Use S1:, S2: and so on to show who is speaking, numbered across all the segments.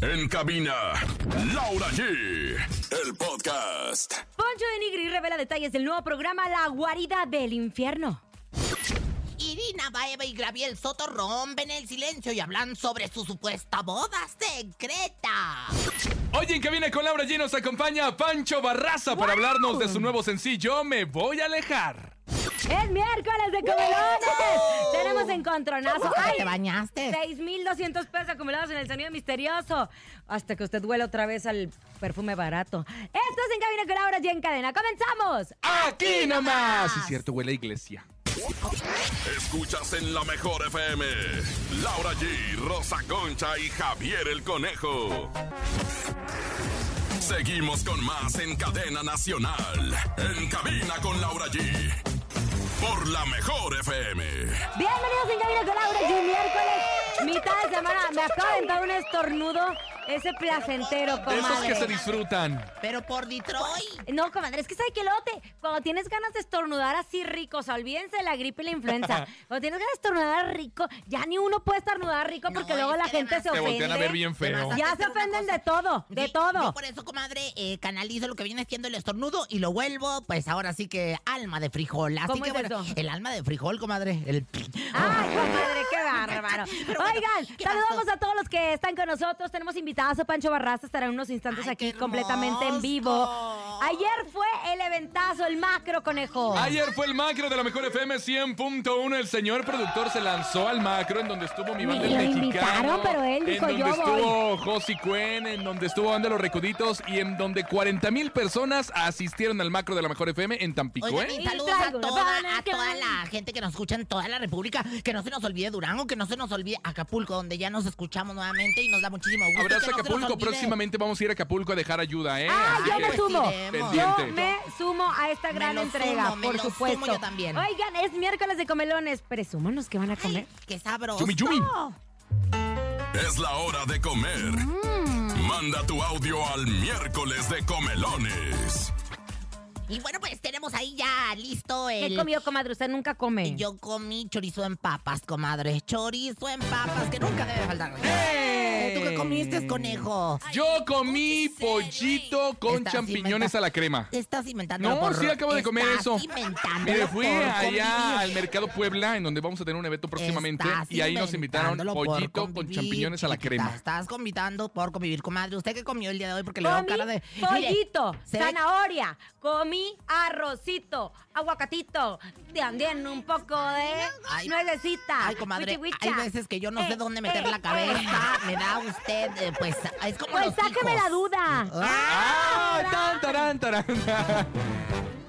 S1: En cabina, Laura G. El podcast.
S2: Poncho de Nigri revela detalles del nuevo programa La Guarida del Infierno.
S3: Irina Baeva y Graviel Soto rompen el silencio y hablan sobre su supuesta boda secreta.
S4: Oye, en cabina con Laura G nos acompaña Pancho Barraza para
S2: ¡Wow!
S4: hablarnos de su nuevo sencillo Me Voy a Alejar.
S2: Es miércoles de comelones. Tenemos encontronazo.
S3: ¿Por qué
S2: ¡Ay!
S3: te bañaste?
S2: 6,200 pesos acumulados en el sonido misterioso. Hasta que usted huele otra vez al perfume barato. Esto es En Cabina con Laura G en cadena. ¡Comenzamos!
S4: Aquí nomás.
S3: nomás.
S4: Sí, cierto, huele a iglesia.
S1: Escuchas en la mejor FM. Laura G, Rosa Concha y Javier el Conejo. Seguimos con más en cadena nacional. En cabina con Laura G. Por la mejor FM.
S2: Bienvenidos en Cabina con Laura G. Miércoles, mitad de semana. Me acabo de entrar un estornudo. Ese placentero,
S4: De
S2: comadre.
S4: esos que se disfrutan.
S3: Pero por Detroit.
S2: No, comadre, es que sabe que luego te, cuando tienes ganas de estornudar así rico, o sea, olvídense de la gripe y la influenza. Cuando tienes ganas de estornudar rico, ya ni uno puede estornudar rico
S3: No,
S2: porque
S3: es
S2: luego
S3: que
S2: la gente
S3: además
S2: se
S4: Te
S2: ofende.
S4: voltean a ver bien feo.
S3: Te vas a-
S2: Ya se ofenden de todo, de
S3: Sí,
S2: todo.
S3: yo por eso, comadre, eh, canalizo lo que viene siendo el estornudo y lo vuelvo, pues ahora sí que alma de frijol. Así
S2: ¿Cómo
S3: que
S2: es
S3: bueno,
S2: eso?
S3: el alma de frijol, comadre. El...
S2: Ay, comadre, qué bárbaro.
S3: Pero bueno,
S2: Oigan,
S3: ¿qué
S2: saludamos
S3: pasó?
S2: a todos los que están con nosotros. Tenemos invitadas a Pancho Barraza, estará en unos instantes
S3: Ay,
S2: aquí
S3: qué
S2: completamente en
S3: hermoso.
S2: vivo. Ayer fue el eventazo, el macro conejo.
S4: Ayer fue el macro de la mejor FM 100.1. El señor productor se lanzó al macro en donde estuvo mi banda
S2: Me
S4: el
S2: lo
S4: mexicano.
S2: invitaron, pero él dijo,
S4: en donde
S2: "Yo
S4: estuvo Josi Cuen, en donde estuvo Anda los Recuditos y en donde 40 mil personas asistieron al macro de la mejor FM en Tampico,
S3: Oigan,
S4: ¿eh?
S3: y
S2: Y
S3: saludos a
S2: traigo una
S3: toda,
S2: banana
S3: a toda
S2: que-
S3: la gente que nos escucha en toda la República. Que no se nos olvide Durango, que no se nos olvide Acapulco, donde ya nos escuchamos nuevamente y nos da muchísimo gusto. que
S4: Abrazo
S3: no se nos
S4: Acapulco.
S3: olvide. pues,
S4: Próxiramente vamos a ir a Acapulco a dejar ayuda, ¿eh?
S2: Ah,
S4: Así
S2: yo
S4: que-
S2: me sumo.
S3: iremos.
S2: Yo
S4: Pendiente.
S2: me sumo a esta
S3: Me
S2: gran
S3: lo
S2: entrega,
S3: sumo, me
S2: por
S3: lo sumo
S2: supuesto.
S3: yo también.
S2: Oigan, es miércoles de comelones. Presúmanos que van a comer.
S3: Ay, ¡Qué sabroso!
S4: Yumi, yumi.
S1: Es la hora de comer. Manda tu audio al miércoles de comelones.
S3: Y bueno, pues tenemos ahí ya listo
S2: ¿Qué
S3: el...
S2: comió, comadre? Usted nunca come.
S3: Yo comí chorizo en papas, comadre. Chorizo en papas, que nunca debe faltar.
S4: ¡Eh!
S3: ¿Tú qué comiste, conejo?
S4: Yo comí pollito con
S3: Estás
S4: champiñones
S3: inventa-
S4: a la crema.
S3: Te estás inventando.
S4: No, sí acabo de comer eso. Mire,
S3: Me
S4: fui allá al Mercado Puebla, en donde vamos a tener un evento próximamente, y ahí nos invitaron pollito con champiñones a la crema.
S3: Estás convidando por convivir, comadre. ¿Usted qué comió el día de hoy? Porque le veo
S2: Comí
S3: cara de...
S2: pollito,
S3: se ve-
S2: zanahoria, comí arrocito, aguacatito, también un poco de
S3: Ay,
S2: nuecesita.
S3: Ay, comadre,
S2: huichihuicha.
S3: hay veces que yo no sé
S2: Eh,
S3: dónde meter
S2: eh,
S3: la cabeza.
S2: eh.
S3: Me da usted, eh, pues, es como
S2: Pues
S3: los
S2: sáqueme
S3: hijos.
S2: la duda.
S4: ¡Ah! ¡Tan, tarán, tarán!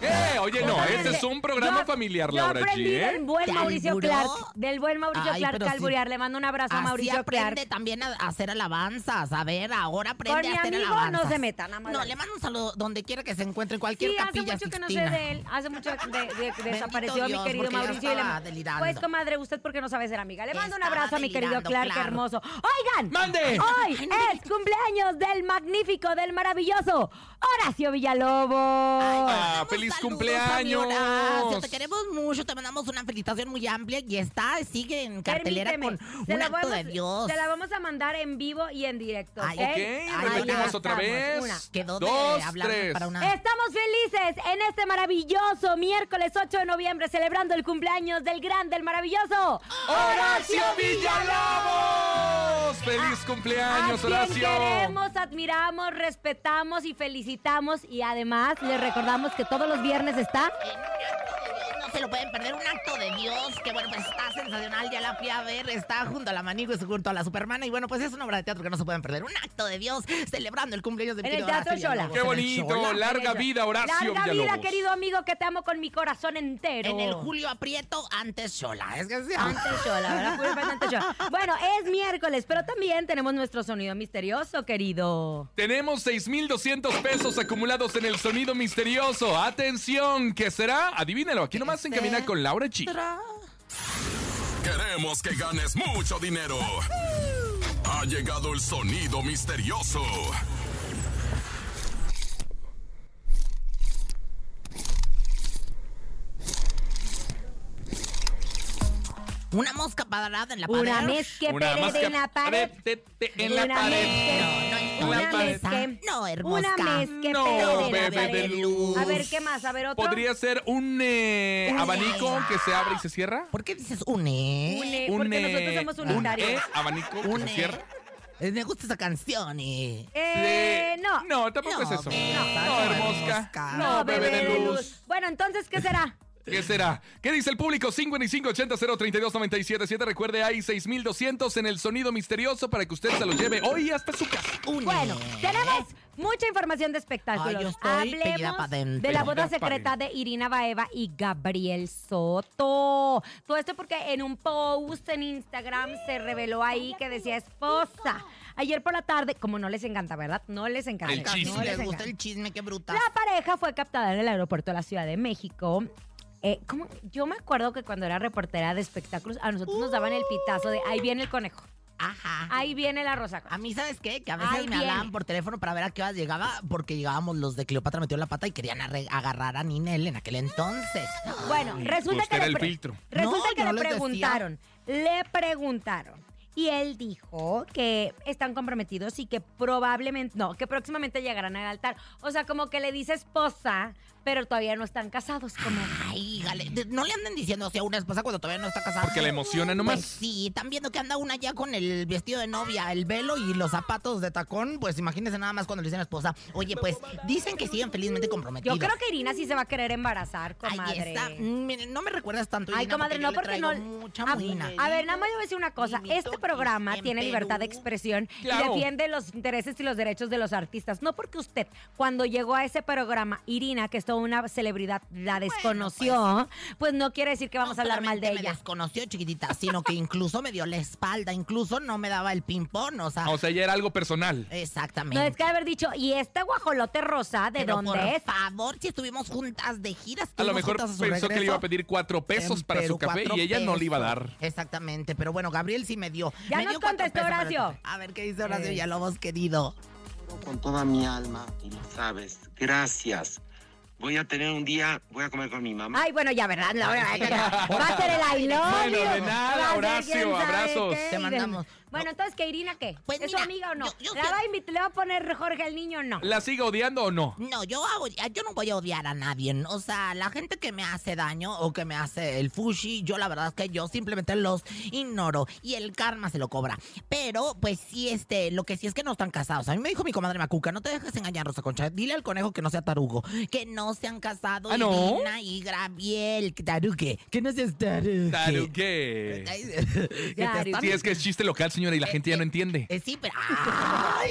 S4: ¡Eh! Oye, no,
S2: Yo
S4: este es un programa
S2: yo-
S4: familiar,
S2: yo
S4: Laura
S2: aprendí
S4: G,
S2: Del
S4: ¿eh?
S2: buen Mauricio
S3: ¿Calburó?
S2: Clark, del buen Mauricio
S3: Ay,
S2: Clark
S3: pero sí.
S2: Calburear. Le mando un abrazo a
S3: Así
S2: Mauricio Clark.
S3: aprende también a a hacer alabanzas. A ver, ahora aprende
S2: Con mi
S3: a hacer
S2: amigo
S3: alabanzas.
S2: no se meta, nada más.
S3: No, le mando un saludo donde quiera que se encuentre, en cualquier
S2: Sí, hace
S3: capilla
S2: mucho que no sé
S3: Sixtina.
S2: de él. Hace mucho que de- de- desapareció mi
S3: Dios,
S2: querido
S3: porque yo
S2: Mauricio. y le-
S3: estaba delirando.
S2: Pues, comadre, usted porque no sabe ser amiga. Le mando un
S3: Estaba
S2: abrazo a mi querido
S3: delirando,
S2: Clark,
S3: claro.
S2: hermoso. ¡Oigan!
S4: ¡Mande!
S2: Hoy
S3: Ay, no me
S2: es cumpleaños del magnífico, del maravilloso Horacio Villalobos.
S4: Ah,
S3: Mandamos
S4: feliz
S3: saludos,
S4: cumpleaños.
S3: amigo Horacio, Te queremos mucho, te mandamos una felicitación muy amplia y está, sigue en cartelera
S2: Permíteme,
S3: con
S2: se
S3: un
S2: la
S3: acto
S2: vamos-
S3: de Dios.
S2: Se la vamos a mandar en vivo y en directo.
S3: Ay,
S2: ¿ok?
S3: ok,
S2: Ahí
S4: repetimos
S2: ya
S4: otra
S2: estamos.
S4: vez.
S2: Una.
S3: Quedó de
S4: Dos,
S3: hablar
S4: tres.
S3: para una...
S2: Estamos felices en este maravilloso miércoles 8 de noviembre celebrando el cumpleaños del grande, el maravilloso
S4: ¡Horacio Villalobos! ¡Feliz cumpleaños,
S2: Ah, a quien
S4: Horacio!
S2: queremos, admiramos, respetamos y felicitamos y además les recordamos que todos los viernes está
S3: En un acto de Dios, No se lo pueden perder, un acto de Dios, que bueno, pues está sensacional, ya la fui a ver, está junto a la Manigo y junto a la Supermana, y bueno, pues es una obra de teatro que no se pueden perder, un acto de Dios, celebrando el cumpleaños de mi
S2: En el
S3: querido
S2: Teatro
S3: Horacio
S2: Xola.
S3: Villalobos,
S4: ¡Qué
S3: en el
S4: bonito!
S3: Xola,
S4: ¡Larga vida, Horacio
S2: Larga
S4: Villalobos!
S2: vida, querido amigo, que te amo con mi corazón entero.
S3: En el Julio Aprieto, antes Sola, es que sí.
S2: Antes yo, la verdad, puro presente yo. Bueno, es miércoles, pero también tenemos nuestro sonido misterioso, querido.
S4: Tenemos 6,200 pesos acumulados en el sonido misterioso. Atención, ¿qué será? Adivínalo, aquí nomás
S2: Este.
S4: en Cabina con Laura G.
S1: Queremos que ganes mucho dinero. Ha llegado el sonido misterioso.
S3: Una mosca parada en la pared.
S2: Una vez que perede en la pared.
S4: Prétete en la
S2: Una
S4: pared.
S2: mezque-
S3: No, no,
S4: en
S2: Una
S4: la pared.
S2: mezque-
S3: No, hermosa.
S2: Una mezque
S4: No,
S2: perede en la
S4: bebé
S2: pared.
S4: de luz.
S2: A ver, ¿qué más? A ver, otro.
S4: Podría ser un eh,
S3: Uy.
S4: abanico que se abre y se cierra.
S3: ¿Por qué dices une?
S2: Un E,
S4: Un
S2: porque
S4: eh,
S2: nosotros somos
S4: un
S2: unitarios. E.
S4: eh, abanico que
S3: Une.
S4: se cierra.
S3: Eh, Me gusta esa canción. eh.
S2: Eh, no.
S4: No, tampoco es eso.
S3: bebé,
S4: No, hermosca.
S3: No,
S2: No, bebé de luz. Bueno, entonces, ¿qué será?
S4: ¿Qué será? ¿Qué dice el público? 5580-032-977. Recuerde, hay 6200 en el sonido misterioso para que usted se lo lleve hoy hasta su casa.
S3: une.
S2: Bueno, tenemos mucha información de espectáculos.
S3: Ay, yo estoy pedida pa'
S2: Hablemos
S3: dentro.
S2: de la boda
S4: Pedida pa'
S2: secreta de Irina Baeva y Gabriel Soto. Todo esto porque en un post en Instagram se reveló ahí que decía esposa. Ayer por la tarde, como no les encanta, ¿verdad? No les encanta.
S4: El
S3: A mí
S4: chisme.
S2: No les
S3: les gusta
S2: encanta.
S3: el chisme, qué bruta.
S2: La pareja fue captada en el aeropuerto de la Ciudad de México. Eh, ¿cómo? Yo me acuerdo que cuando era reportera de espectáculos, a nosotros nos daban el pitazo de ahí viene el conejo,
S3: Ajá.
S2: ahí viene la rosa.
S3: A mí, ¿sabes qué? Que a veces
S2: Ay,
S3: me
S2: bien.
S3: hablaban por teléfono para ver a qué hora llegaba, porque llegábamos los de Cleopatra metió la pata y querían arre- agarrar a Ninel en aquel entonces.
S2: Bueno, resulta
S4: pues,
S2: que
S4: era
S2: le,
S4: el
S2: pre-
S4: filtro.
S2: resulta
S3: No,
S2: que le
S3: yo les decía.
S2: preguntaron, le preguntaron. Y él dijo que están comprometidos y que probablemente, no, que próximamente llegarán al altar. O sea, como que le dice esposa, pero todavía no están casados. Como,
S3: Ay, gale, de- no le anden diciendo así a una esposa cuando todavía no está casada.
S4: Porque le emociona
S3: Pues
S4: nomás.
S3: sí, están viendo que anda una ya con el vestido de novia, el velo y los zapatos de tacón. Pues imagínense nada más cuando le dicen a la esposa. Oye, pues dicen que siguen felizmente
S2: yo
S3: comprometidos.
S2: creo que Irina sí se va a querer embarazar,
S3: Ahí
S2: comadre.
S3: está. Mm, miren, no me recuerdas tanto.
S2: Ay,
S3: Irina,
S2: comadre, no,
S3: yo le
S2: porque no.
S3: traigo Mucha
S2: a,
S3: muina.
S2: a ver, nada más yo voy a decir una cosa.
S3: Mimito
S2: Este programa
S3: en
S2: tiene libertad de
S3: Perú.
S2: expresión y
S4: Claro.
S2: defiende los intereses y los derechos de los artistas. No porque usted, cuando llegó a ese programa, Irina, que es toda una celebridad, la desconoció, pues, no quiere decir que vamos
S3: No
S2: a hablar mal de
S3: solamente Me
S2: ella.
S3: desconoció chiquitita, sino que incluso me dio la espalda, incluso no me daba el ping-pong, o sea.
S4: Ah, O sea, ya era algo personal.
S3: Eh, exactamente.
S2: No, es que haber dicho, ¿y este guajolote rosa de
S3: Pero
S2: dónde
S3: por
S2: es?
S3: favor, si estuvimos juntas de giras,
S4: A lo mejor pensó que le iba a pedir cuatro
S3: Em,
S4: pesos para su café y ella no le iba a dar.
S3: Exactamente, pero bueno, Gabriel sí me dio.
S2: Ya
S3: Me
S2: nos
S3: dio cuatro
S2: contestó
S3: pesos para el
S2: Horacio.
S3: café. A ver qué dice Horacio,
S2: Eh.
S3: ya lo hemos querido.
S5: con toda mi alma y lo sabes. Gracias. Voy a tener un día, voy a comer con mi mamá.
S2: Ay, bueno, ya, ¿verdad? La hora- va a ser el I love
S4: Bueno, de
S2: you,
S4: nada,
S2: va a ser
S4: Horacio,
S2: quién sabe
S4: abrazos.
S2: qué,
S3: Te
S2: y de-
S3: mandamos.
S2: Bueno, entonces, ¿que Irina qué?
S3: Pues
S2: ¿Es
S3: mira,
S2: su amiga o no?
S3: yo- yo
S2: ¿La
S3: sí-
S2: va a invit- ¿Le va a poner Jorge al niño o no?
S4: ¿La sigue odiando o no?
S3: No, yo hago, yo no voy a odiar a nadie. O sea, la gente que me hace daño o que me hace el fushi, yo la verdad es que yo simplemente los ignoro y el karma se lo cobra. Pero, pues sí, este, lo que sí es que no están casados. A mí me dijo mi comadre Macuca, no te dejes engañar, Rosa Concha. Dile al conejo que no sea tarugo, que no se han casado
S4: ¿Ah, no?
S3: Irina y Gabriel, que tarugue, que no seas tarugue.
S4: Tarugué.
S3: Ay,
S2: Este,
S3: que te
S2: Tarugue.
S3: están-
S4: Sí, es que es chiste local, señora, y la gente ya no entiende.
S3: eh, sí, pero. ¡Ay,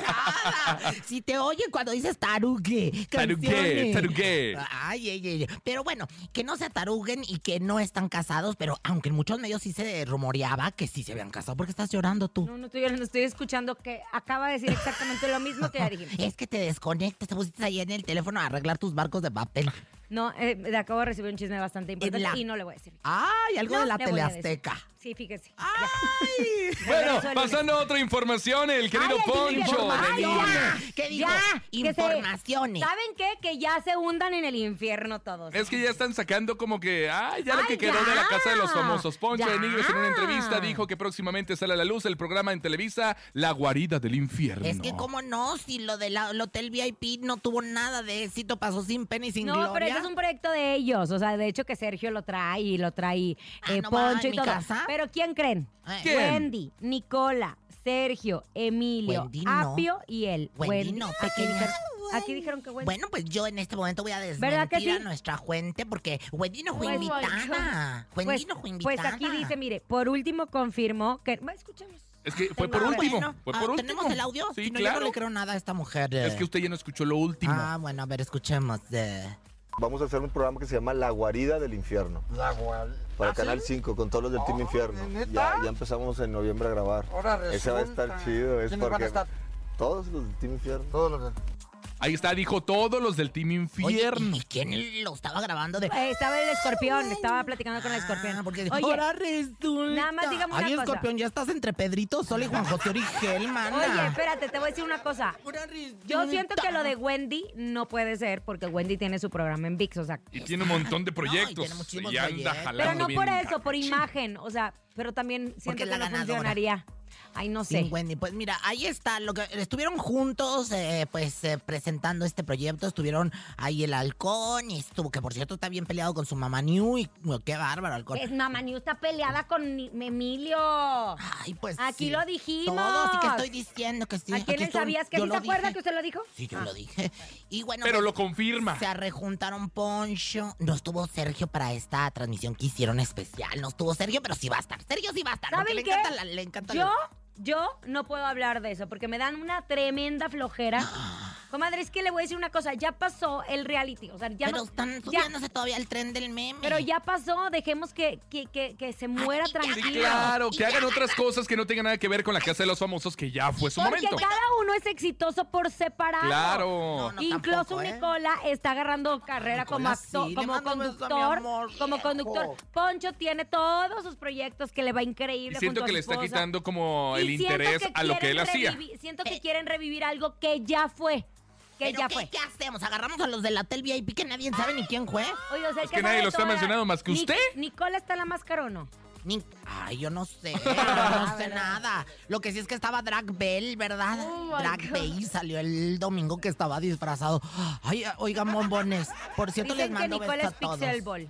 S3: enojada! Si te oyen cuando dices tarugue.
S4: Tarugué,
S3: canciones.
S4: tarugué.
S3: Ay, ay, ay. Pero bueno, que no se ataruguen y que no están casados, pero aunque en muchos medios sí se rumoreaba que sí se habían casado. ¿Por qué estás llorando tú?
S2: No, no estoy llorando, estoy escuchando que acaba de decir exactamente lo mismo que ya dijimos.
S3: Es que te desconectas, te pusiste ahí en el teléfono a arreglar tus barcos de papel.
S2: No, eh, le acabo de recibir un chisme bastante importante
S3: la-
S2: y no le voy a decir.
S3: Ay, algo
S2: No,
S3: de la
S2: le voy a
S3: teleazteca. Ah.
S2: Sí, fíjese.
S3: Ay.
S4: Bueno,
S2: Regreso el lunes.
S4: pasando a otra información, el
S2: Ay,
S4: querido
S2: el querido
S4: Poncho
S2: Poncho.
S4: de
S3: Ay,
S4: Nigris.
S3: ya. ¿Qué digo?
S2: Ya, que se-
S3: Informaciones.
S2: ¿Saben qué? Que ya se hundan en el infierno todos.
S4: Es que ya están sacando como que, ah, ya lo
S2: Ay,
S4: que quedó de
S2: ya.
S4: la casa de los famosos. Poncho
S2: Ya.
S4: de Nigres en una entrevista dijo que próximamente sale a la luz el programa en Televisa La Guarida del Infierno.
S3: Es que cómo no, si lo del el hotel VIP no tuvo nada de éxito, pasó sin pena y sin
S2: no,
S3: gloria.
S2: pero ese es un proyecto de ellos. O sea, de hecho que Sergio lo trae y lo trae eh,
S3: Ah, ¿no va
S2: Poncho
S3: en
S2: y
S3: mi
S2: todo.
S3: casa?
S2: Pero ¿quién creen?
S3: Eh,
S4: ¿Quién?
S2: Wendy, Nicola, Sergio, Emilio,
S3: Wendy no.
S2: Apio y él.
S3: Wendy no,
S2: aquí,
S3: pequeña.
S2: dijeron, aquí dijeron que Wendy.
S3: Bueno, pues yo en este momento voy a
S2: ¿Verdad que
S3: desmentir a
S2: sí?
S3: nuestra fuente porque Wendy no fue
S2: Pues,
S3: invitada. Wendy
S2: Pues,
S3: no fue
S2: pues
S3: invitada.
S2: aquí dice, mire, por último confirmó que... Bueno, escuchemos.
S4: Es que fue
S2: Tengo
S4: por
S2: hambre.
S4: último.
S3: Bueno,
S4: fue
S3: ah,
S4: por último.
S3: ¿Tenemos el audio?
S4: Sí,
S3: Si no, Yo
S4: claro.
S3: no le creo nada a esta mujer.
S4: Es
S3: eh.
S4: que usted ya no escuchó lo último.
S3: Ah, bueno, a ver, escuchemos. eh.
S6: Vamos a hacer un programa que se llama La Guarida del Infierno.
S7: La gual.
S6: Para Canal 5, con todos los del Team Infierno.
S7: ¿neta?
S6: Ya, ya empezamos en noviembre a grabar.
S7: Ahora
S6: Ese va a
S7: resulta.
S6: estar chido. Es
S7: ¿Quiénes van a
S6: porque
S7: estar?
S6: todos los del Team Infierno.
S7: Todos los
S4: Ahí está, dijo todos los del Team
S3: Oye,
S4: Infierno.
S3: ¿y quién lo estaba grabando de...?
S2: Eh, estaba el escorpión, estaba platicando con el escorpión.
S3: Ah, porque
S2: Oye,
S3: ahora resulta.
S2: nada más dígame una
S3: Ay,
S2: cosa.
S3: escorpión, ya estás entre Pedrito Sol y Juan José Origel, mana.
S2: oye, espérate, te voy a decir una cosa.
S3: Ahora resulta.
S2: Yo siento que lo de Wendy no puede ser porque Wendy tiene su programa en VIX, o sea.
S4: Y tiene un montón
S3: No,
S4: de
S3: y
S4: proyectos.
S3: tiene muchísimos
S4: y anda
S3: proyectos.
S4: jalando
S2: Pero no
S4: bien
S2: por eso, pues, por
S4: gacho.
S2: imagen, o sea, pero también siento que
S3: Porque es
S2: no
S3: la ganadora.
S2: funcionaría. Ay, no
S3: Sí,
S2: sé.
S3: Wendy, pues mira, ahí está, lo que estuvieron juntos, eh, pues eh, presentando este proyecto, estuvieron ahí el halcón, y estuvo, que por cierto está bien peleado con su mamá New, y bueno, qué bárbaro, halcón.
S2: Es mamá New está peleada con Ni- Emilio.
S3: Ay, pues
S2: Aquí
S3: sí.
S2: lo dijimos.
S3: Todo, sí que estoy diciendo que sí.
S2: ¿A quién
S3: aquí
S2: le
S3: estuvo-
S2: sabías que
S3: yo
S2: sí se
S3: lo
S2: acuerda
S3: dije.
S2: que usted lo dijo?
S3: Sí, yo
S2: Ah.
S3: lo dije. Y bueno,
S4: Pero
S3: pues,
S4: lo confirma.
S3: Se rejuntaron Poncho. No estuvo Sergio para esta transmisión que hicieron especial. No estuvo Sergio, pero sí va a estar. Sergio sí va a estar. porque
S2: ¿Saben
S3: le
S2: qué?
S3: encanta la- le encanta la-
S2: Yo, yo no puedo hablar de eso porque me dan una tremenda flojera.
S3: Ah.
S2: Comadre, es que le voy a decir una cosa, ya pasó el reality, o sea, ya
S3: pero
S2: no-
S3: están
S2: ya-
S3: subiéndose todavía el tren del meme.
S2: pero ya pasó, dejemos que, que, que, que se muera
S3: Ay, ya
S4: Sí,
S2: tranquilo.
S4: claro, que hagan otras cosas que no tengan nada que ver con la casa de los famosos, que ya fue su
S2: Porque
S4: momento.
S2: cada uno es exitoso por separado.
S4: Claro.
S3: No, no,
S2: Incluso
S3: tampoco, ¿eh?
S2: Nicola está agarrando carrera como,
S3: Nicola,
S2: acto-
S3: sí, le
S2: como
S3: mando un beso a mi
S2: conductor.
S3: amor,
S2: como
S3: viejo.
S2: conductor. Poncho tiene todos sus proyectos que le va
S4: Y
S2: increíble. junto
S4: siento
S2: a
S4: que
S2: su
S4: le está
S2: esposa.
S4: quitando como
S2: Y
S4: el
S2: siento
S4: interés a lo que él
S2: quieren
S4: hacía.
S2: revivi- Siento que quieren revivir algo que ya fue. Que
S3: Eh. Pero
S2: ya
S3: ¿qué,
S2: fue.
S3: ¿Qué hacemos? ¿Agarramos a los de la Tel VIP que nadie sabe ni quién fue?
S2: Oye, o sea,
S4: Es que nadie
S2: sabe
S4: lo está
S2: toda-
S4: mencionando más que
S2: Nic-
S4: usted.
S2: ¿Nicola está en la máscara o no?
S3: Ni- Ay, yo no sé. yo no sé nada. Lo que sí es que estaba Drag Bell, ¿verdad?
S2: Oh, my
S3: Drag
S2: God.
S3: Bell salió el domingo que estaba disfrazado. Ay, oigan, bombones. Por cierto, les
S2: Dicen que
S3: mando
S2: Nicola
S3: besos
S2: es
S3: a todos.
S2: pixelball.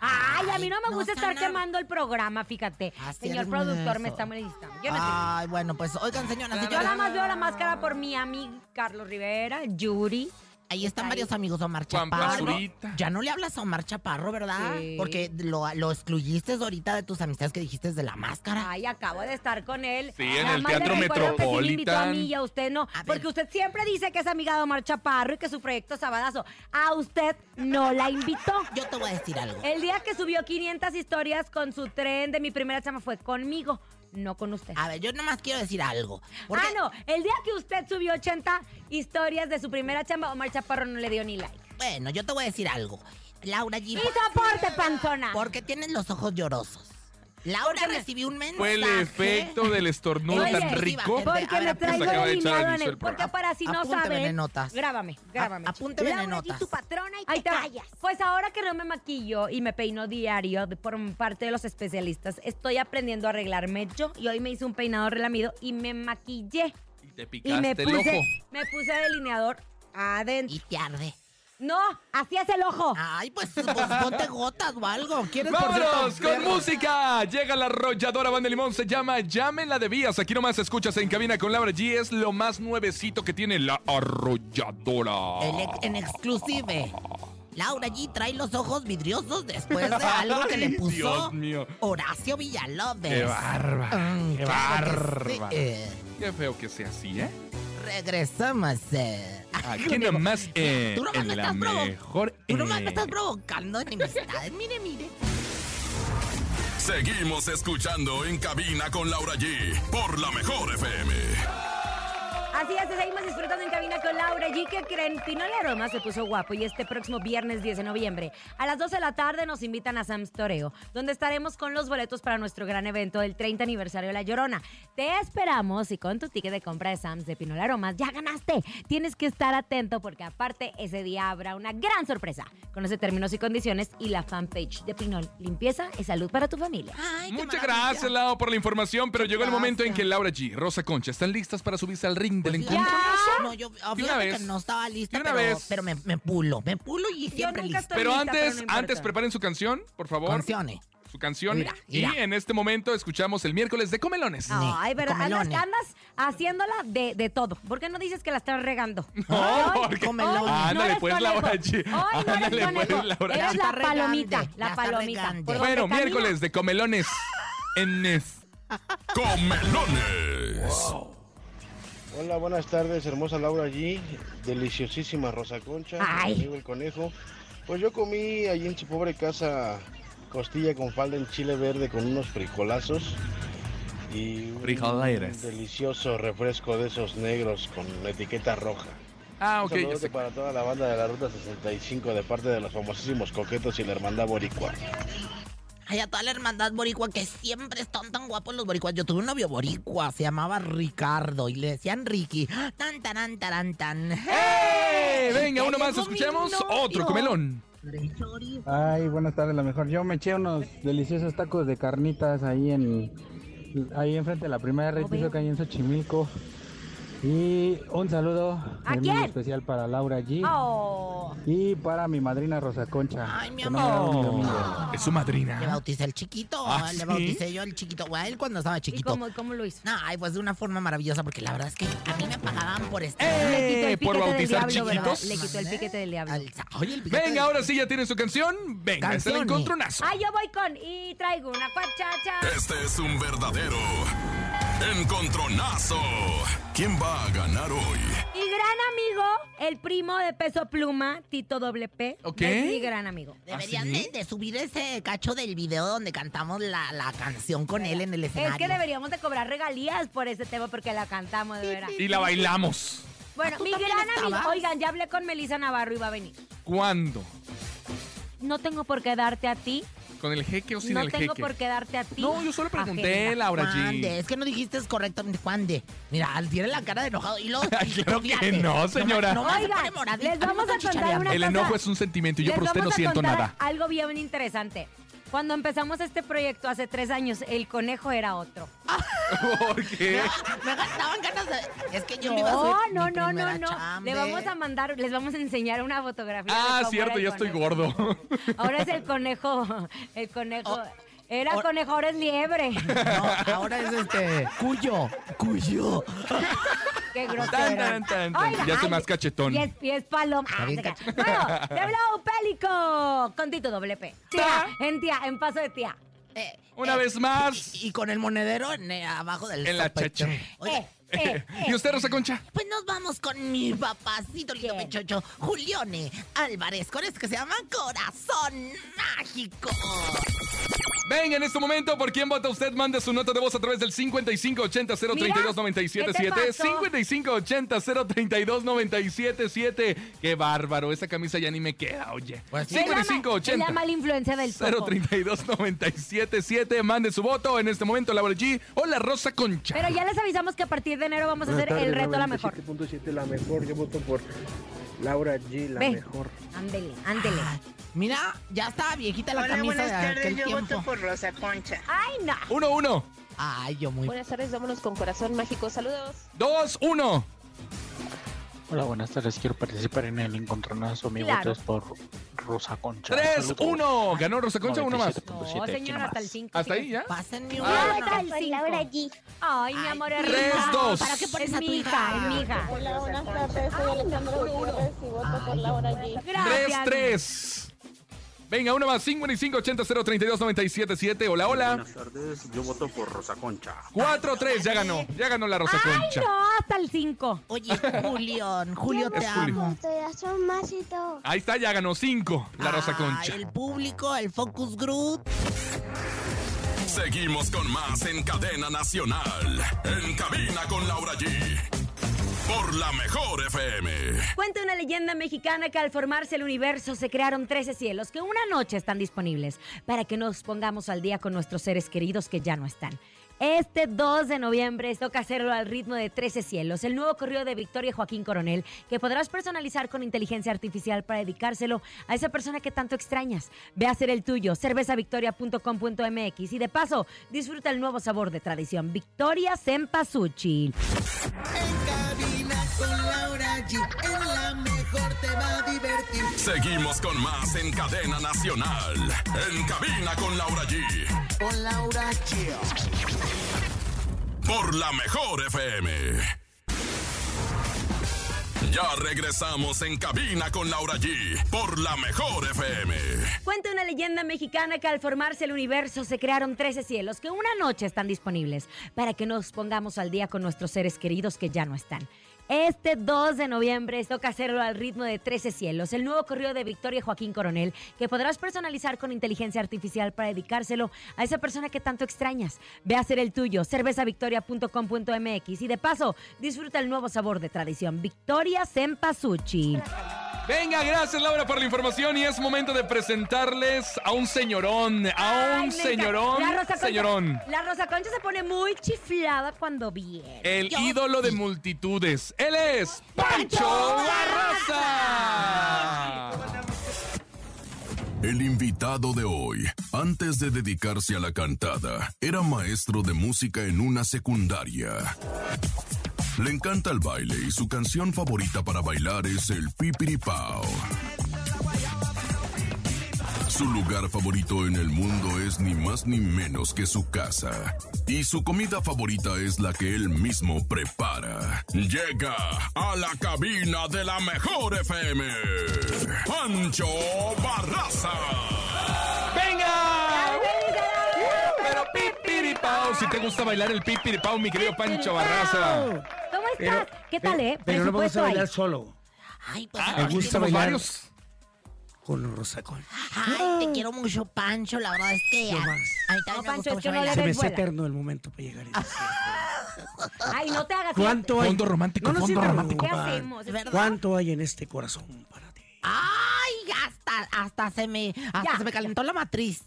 S2: Ay, a mí no me
S3: Ay,
S2: gusta
S3: no, Ah,
S2: estar
S3: sana.
S2: quemando el programa, fíjate.
S3: Así
S2: Señor
S3: eres muy de
S2: productor, me
S3: eso.
S2: está molestando. Yo no sé.
S3: Ay, bueno, pues oigan, señoras,
S2: Yo nada
S3: señores.
S2: más veo la máscara por mi amigo Carlos Rivera, Yuri.
S3: Ahí están
S2: Ahí.
S3: varios amigos, Omar
S4: Juan
S3: Chaparro.
S4: Pazurita.
S3: Ya no le hablas a Omar Chaparro, ¿verdad?
S2: Sí.
S3: Porque lo, lo excluyiste ahorita de tus amistades que dijiste de la máscara.
S2: Ay, acabo de estar con él.
S4: Sí, en
S2: Nada
S4: el
S2: más le
S4: Teatro
S2: recuerdo que sí me invitó a
S4: Metropolitan.
S2: mí y a usted no.
S3: ver.
S2: porque usted siempre dice que es amiga de Omar Chaparro y que su proyecto es sabadazo. A usted no la invitó.
S3: Yo te voy a decir algo.
S2: El día que subió 500 historias con su tren de mi primera chama fue conmigo, no con usted.
S3: A ver, yo nomás quiero decir algo. Porque
S2: Ah, no. El día que usted subió 80 historias de su primera chamba, Omar Chaparro no le dio ni like.
S3: Bueno, yo te voy a decir algo. Laura
S2: ¡Y
S3: G.
S2: soporte, panzona!
S3: ¿Por qué tienes los ojos llorosos? Laura
S2: Porque me-
S3: recibió un mensaje.
S4: Fue el efecto del estornudo
S2: Oye,
S4: tan rico.
S3: gente,
S2: Porque
S3: a ver,
S2: me
S3: pues,
S2: traigo
S4: acaba de echar al
S2: eliminado en
S4: inicio
S2: el.
S4: el
S2: Porque
S4: programa.
S2: para si no
S3: Apúntame
S2: saben.
S3: venenotas.
S2: Grábame, grábame.
S3: A- apunte
S2: Laura,
S3: venenotas.
S2: di tu patrona y Ahí te va. Pues ahora que no me maquillo y me peino diario de- por parte de los especialistas, estoy aprendiendo a arreglarme yo. Y hoy me hice un peinado relamido y me maquillé.
S4: Y te
S2: Y me
S4: picaste el
S2: puse,
S4: ojo.
S2: me puse delineador adentro.
S3: Y te arde.
S2: No, así es el ojo.
S3: Ay, pues, pues, ponte gotas o algo. ¿Quieres por cierto,
S4: ¡Vámonos con
S3: ver-
S4: música! Llega la arrolladora Van de Limón, se llama Llámenla de Vías. Aquí nomás escuchas en cabina con Laura G. Es lo más nuevecito que tiene la arrolladora.
S3: El ex- en exclusive. Laura G trae los ojos vidriosos después de algo que le
S4: Ay,
S3: puso
S4: Dios mío.
S3: Horacio Villalobos.
S4: ¡Qué bárbara!
S3: Mm,
S4: ¡Qué
S3: claro que sí.
S4: bárbara!
S3: Eh,
S4: Qué feo que sea así, ¿eh?
S3: regresamos. eh.
S4: Aquí nomás eh,
S3: Tú nomás me
S4: en la
S3: estás provo-
S4: mejor...
S3: Tú nomás me
S4: eh,
S3: estás provocando enemistades. Mire, mire.
S1: Seguimos escuchando en cabina con Laura G por la mejor FM.
S2: Así es, seguimos disfrutando en cabina con Laura G. que creen? Pinole Aroma se puso guapo y este próximo viernes 10 de noviembre a las 12 de la tarde nos invitan a Sam's Toreo, donde estaremos con los boletos para nuestro gran evento del 30 aniversario de La Llorona. Te esperamos y con tu ticket de compra de Sam's de Pinole Aromas ya ganaste. Tienes que estar atento porque aparte ese día habrá una gran sorpresa. Conoce términos y condiciones y la fanpage de Pinol. Limpieza y salud para tu familia.
S3: Ay, qué
S4: Muchas
S3: maravilla.
S4: gracias, Lau, por la información, pero llegó el momento en
S3: gracias.
S4: que Laura G, Rosa Concha, están listas para subirse al ring
S2: Pues
S4: del
S3: Fíjate,
S4: encuentro.
S2: ¿Ya?
S3: No, yo
S4: De
S3: fíjate
S4: una
S3: que
S4: vez.
S3: no estaba lista,
S4: De una
S3: pero,
S4: vez.
S3: pero me, me pulo. Me pulo y siempre
S2: nunca
S3: lista.
S2: estoy-
S4: Pero
S2: lista, pero
S4: antes,
S2: no importa.
S4: antes preparen su canción, por favor.
S3: Funcione.
S4: Su canción.
S3: Mira, mira.
S4: Y en este momento escuchamos el miércoles de Comelones.
S3: Ah.
S2: Ay, ¿verdad? Andas,
S3: comelones.
S2: andas haciéndola de, de todo. ¿Por qué no dices que la estás regando?
S4: No,
S2: Hoy-
S4: Oh, porque-
S3: comelones.
S2: hoy
S4: Ándale,
S2: eres
S4: pues,
S2: conejo.
S4: Laura G.
S2: Hoy no
S4: Ándale,
S2: eres
S4: pues,
S2: conejo.
S4: Laura
S2: Eres
S3: G.
S2: la
S3: La está
S2: palomita,
S3: regando, la
S2: la
S3: está
S2: palomita.
S3: regando.
S2: Por donde
S4: Bueno,
S2: camina.
S4: miércoles de Comelones. En NES.
S1: Comelones.
S7: Hola, buenas tardes, hermosa Laura allí, deliciosísima Rosa Concha,
S2: Ay.
S7: mi amigo el conejo. Pues yo comí allí en su pobre casa costilla con falda en chile verde con unos fricolazos y un
S4: Frijoleres.
S7: delicioso refresco de esos negros con etiqueta roja.
S4: Ah, ok.
S7: Un
S4: ya
S7: saludote
S4: sé.
S7: para toda la banda de la Ruta 65 de parte de los famosísimos coquetos y la hermandad boricua.
S3: Ay, a toda la hermandad boricua que siempre están tan guapos los boricuas. Yo tuve un novio boricua, se llamaba Ricardo y le decían Ricky. ¡Ah! Tan, tan, tan, tan.
S4: ¡Eh! Venga,
S3: Ya
S4: uno más,
S3: llegó mi
S4: escuchemos
S3: novio.
S4: otro comelón.
S8: Ay, buenas tardes, la mejor. Yo me eché unos deliciosos tacos de carnitas ahí en ahí enfrente de la primera red
S2: No veo.
S8: piso que hay en Xochimilco. Y un saludo
S2: ¿A
S8: muy
S2: quién?
S8: especial para Laura G
S2: Oh.
S8: y para mi madrina Rosa Concha.
S3: Ay, mi
S8: que no me ha dado ni domingo.
S2: Oh.
S4: Es su
S3: Le
S4: madrina.
S3: bauticé el chiquito,
S4: ¿Ah,
S3: le
S4: sí?
S3: bauticé yo el chiquito, a él cuando estaba
S2: ¿Y
S3: chiquito.
S2: cómo, cómo lo hizo?
S3: No, ay, pues de una forma maravillosa, porque la verdad es que a mí me pagaban por estar.
S2: Le quitó
S4: ¡Eh!
S2: el
S4: Por
S2: piquete del
S4: bautizar
S2: diablo, ¿verdad?
S4: chiquitos.
S2: Le quitó el piquete del diablo.
S3: Al- Oye, el piquete del-
S4: Venga, ahora sí ya tiene su canción. Venga, es el
S3: Canciones.
S4: encontronazo.
S2: Ah, yo voy con y traigo una pachacha.
S1: Este es un verdadero encontronazo. ¿Quién va a ganar hoy?
S2: Y gran amigo, el primo de Peso Pluma, Tito Doble P.
S4: Ok.
S2: Es mi gran amigo.
S3: Deberían
S4: ¿Ah, sí?
S3: de, de subir ese cacho del video donde cantamos la, la canción con él en el escenario.
S2: Es que deberíamos de cobrar regalías por ese tema porque la cantamos de verdad.
S4: Y la bailamos.
S2: Bueno,
S3: ¿Tú
S2: mi
S3: también
S2: gran amigo,
S3: estabas?
S2: oigan, ya hablé con Melissa Navarro y va a venir.
S4: ¿Cuándo?
S2: No tengo por qué darte a ti,
S4: ¿Con el jeque o sin
S2: no
S4: el
S2: tengo
S4: jeque?
S2: por qué darte a ti.
S4: No, yo solo pregunté,
S2: ajena.
S4: Laura
S3: Juan de,
S4: G.
S3: es que no dijiste correctamente Juan de. Mira, al- tiene la cara de enojado y los.
S4: Claro que no, señora.
S3: No, más se
S2: Oigan,
S3: pone moradito.
S2: les
S3: A mí me
S2: vamos
S3: están
S2: a contar
S3: chichareando.
S2: una-
S4: El
S2: cosa.
S4: enojo es un sentimiento. Yo
S2: Les
S4: por usted no
S2: vamos a
S4: siento
S2: contar
S4: nada.
S2: Algo bien interesante. Cuando empezamos este proyecto hace tres años, el conejo era otro.
S4: ¿Por qué?
S3: Me gastaban ganas de. Es que yo le iba a
S2: No,
S3: subir
S2: Oh, no,
S3: mi
S2: no, no,
S3: primera
S2: no.
S3: chambe.
S2: Le vamos a mandar, les vamos a enseñar una fotografía. de
S4: Ah,
S2: cómo
S4: cierto,
S2: era el
S4: ya estoy
S2: conejo.
S4: gordo.
S2: Ahora es el conejo, el conejo.
S3: Oh,
S2: era
S3: oh.
S2: conejo, ahora es liebre.
S3: No, ahora es este. Cuyo. Cuyo.
S2: Qué
S4: Tan,
S2: grosero.
S4: tan, tan, tan.
S2: Oiga,
S4: Ya soy
S2: ay,
S4: más cachetón.
S2: Y es, y es paloma. Ah,
S3: bien
S2: se cae. Bueno, te habló Pélico con Tito doble P. Tía, en tía, en paso de tía.
S3: Eh,
S4: Una
S3: eh,
S4: vez más.
S3: Y, y con el monedero en, eh, abajo del.
S4: En la
S3: sopecho.
S4: chacha.
S3: Oiga,
S2: Eh, eh, eh.
S4: ¿Y usted, Rosa Concha?
S3: Pues nos vamos con mi papacito lindo
S2: ¿Quién?
S3: pechocho, Julione Álvarez, con esto que se llama Corazón Mágico.
S4: Venga, en este momento, ¿por quién vota usted? Manda su nota de voz a través del 5580 032
S2: Mira, ¿qué te
S4: 977
S2: pasó?
S4: 5580 032 977 Qué bárbaro, esa camisa ya ni me queda, oye.
S3: Pues sí.
S2: Es la ma- Es la
S4: 5580
S2: mala influencia del topo.
S4: 032 977 Mande su voto en este momento, Laura G. Hola, Rosa Concha.
S2: Pero ya les avisamos que a partir de enero vamos a hacer el reto a la mejor.
S9: 7.7 la mejor, yo voto por Laura G, la
S2: Ve.
S9: mejor.
S2: Ándele, ándele.
S4: Ah,
S3: Ah, Mira, ya estaba viejita la
S10: Hola,
S3: camisa
S10: buenas
S3: de aquel
S10: tardes. Yo
S3: tiempo.
S10: voto por Rosa Concha.
S2: Ay, no.
S4: 1-1,
S3: Ay, yo muy.
S11: Buenas tardes, vámonos con corazón mágico. Saludos.
S4: 2-1.
S9: Hola, buenas tardes, quiero participar en el encontronazo, mi
S2: Claro.
S9: voto es por Rosa Concha.
S4: 3,
S9: Saludos.
S4: 1. Ganó Rosa Concha, uno más.
S9: 97.7,
S2: No,
S9: aquí
S2: señora,
S9: nomás.
S2: hasta el 5.
S4: ¿Hasta ahí ya?
S3: Pásenme
S4: Ah,
S3: una.
S2: hasta el 5. Ay, mi amor, es
S4: Tres,
S2: rica.
S4: dos.
S3: ¿Para qué pones
S2: Es
S3: a tu
S2: mi hija, es mi hija.
S11: Hola, buenas tardes. Soy Alejandro Gutiérrez y voto por Laura G.
S2: Gracias.
S4: 3-3. Venga, uno más. 5580 032 977 Hola, hola.
S9: tardes, yo voto por Rosa Concha.
S4: 4-3, ya ganó. Ya ganó la Rosa
S2: Ay,
S4: Concha.
S2: no, hasta el 5.
S3: Oye, Julión, Julio, te
S4: Es Julio.
S3: amo.
S4: Ahí está, ya ganó 5 la Rosa Concha.
S3: Ay, Ah, el público, el Focus Group.
S1: Seguimos con más en cadena nacional. En cabina con Laura G. Por la mejor FM.
S2: Cuenta una leyenda mexicana que al formarse el universo se crearon 13 cielos que una noche están disponibles para que nos pongamos al día con nuestros seres queridos que ya no están. Este 2 de noviembre toca hacerlo al ritmo de 13 cielos, el nuevo corrido de Victoria Joaquín Coronel, que podrás personalizar con inteligencia artificial para dedicárselo a esa persona que tanto extrañas. Ve a hacer el tuyo, cervezavictoria.com.mx y de paso, disfruta el nuevo sabor de tradición, Victoria Sempasuchi.
S3: En cabina con Laura G. En la mejor te va a divertir.
S1: Seguimos con más en cadena nacional. En cabina con Laura G.
S3: Con Laura G.
S1: Por la mejor FM. Ya regresamos en cabina con Laura G. Por la mejor FM.
S2: Cuenta una leyenda mexicana que al formarse el universo se crearon 13 cielos que una noche están disponibles para que nos pongamos al día con nuestros seres queridos que ya no están. Este 2 de noviembre toca hacerlo al ritmo de 13 cielos, el nuevo corrido de Victoria Joaquín Coronel, que podrás personalizar con inteligencia artificial para dedicárselo a esa persona que tanto extrañas. Ve a hacer el tuyo, cervezavictoria.com.mx y de paso, disfruta el nuevo sabor de tradición, Victoria Sempasuchi.
S4: Venga, gracias Laura por la información y es momento de presentarles a un señorón, a un señorón, señorón.
S2: La Rosa Concha se pone muy chiflada cuando viene.
S4: El ídolo de multitudes. Él es Pancho Barraza.
S1: El invitado de hoy, antes de dedicarse a la cantada, era maestro de música en una secundaria. Le encanta el baile y su canción favorita para bailar es el Pipiripao. Su lugar favorito en el mundo es ni más ni menos que su casa. Y su comida favorita es la que él mismo prepara. Llega a la cabina de la mejor FM. Pancho Barraza.
S4: ¡Venga! Uh, Pero pipiripao, si te gusta bailar el pipiripao, mi querido Pancho Barraza.
S2: ¿Cómo estás? ¿Qué tal, eh?
S10: Pero no vamos
S2: Presupuesto
S10: a
S2: ahí.
S10: bailar solo.
S3: Ay,
S4: Ah,
S3: pues
S10: Me
S3: ahora
S10: gusta
S3: sí.
S10: bailar con Rosacón.
S2: Ah,
S3: Ay, te quiero mucho, Pancho. La verdad es que a, a mí también me
S2: Pancho,
S3: gusta
S2: es
S3: mucho
S2: que no le
S3: bailar.
S10: Se me
S2: pues Vuela. Ah,
S10: hace eterno el momento para llegar. a eso.
S2: Ay, no te hagas.
S10: ¿Cuánto hay?
S9: Fondo romántico,
S10: No, no,
S9: fondo
S10: siéntalo.
S9: romántico.
S2: ¿Qué hacemos?
S3: ¿Verdad?
S10: ¿Cuánto hay en este corazón para ti?
S3: Ay, hasta, hasta se me, hasta
S2: Ya.
S3: se me calentó la matriz.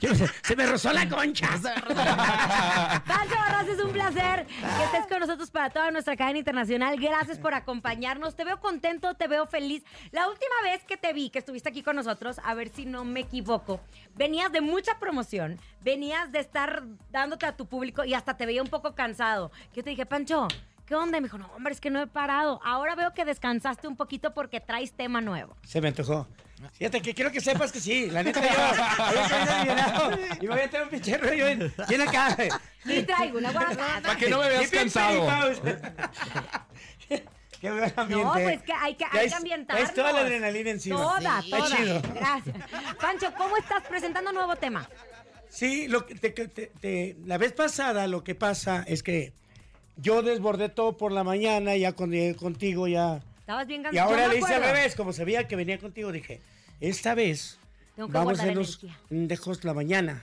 S10: Yo no sé, se me rozó la concha.
S2: Pancho Barraza, es un placer que estés con nosotros para toda nuestra cadena internacional. Gracias por acompañarnos. Te veo contento, te veo feliz. La última vez que te vi, que estuviste aquí con nosotros, a ver si no me equivoco, venías de mucha promoción, venías de estar dándote a tu público y hasta te veía un poco cansado. Yo te dije, Pancho, ¿qué onda? Y me dijo, no, hombre, es que no he parado. Ahora veo que descansaste un poquito porque traes tema nuevo.
S10: Se me antojó. Fíjate que quiero que sepas que sí, la neta yo había salido alivianado y me voy a tener un pinche rollo en, en acá.
S2: Y traigo una
S10: Ah,
S2: guardada.
S4: Para que no me veas cansado.
S10: Qué buen ambiente.
S2: No, pues que hay que, hay que
S10: Traes-
S2: ambientarnos.
S10: traes toda la adrenalina encima.
S2: Toda,
S10: Sí.
S2: toda.
S10: Está chido.
S2: Gracias. Pancho, ¿cómo estás presentando nuevo tema?
S10: Sí, lo que te- que te- te- la vez pasada lo que pasa es que yo desbordé todo por la mañana, ya cuando llegué contigo ya...
S2: Estabas bien
S10: Y
S2: cansado.
S10: ahora
S2: Yo me
S10: le hice al
S2: acuerdo.
S10: revés, como sabía que venía contigo, dije, esta vez
S2: Tengo que
S10: vamos a
S2: guardar
S10: irnos
S2: energía.
S10: lejos la mañana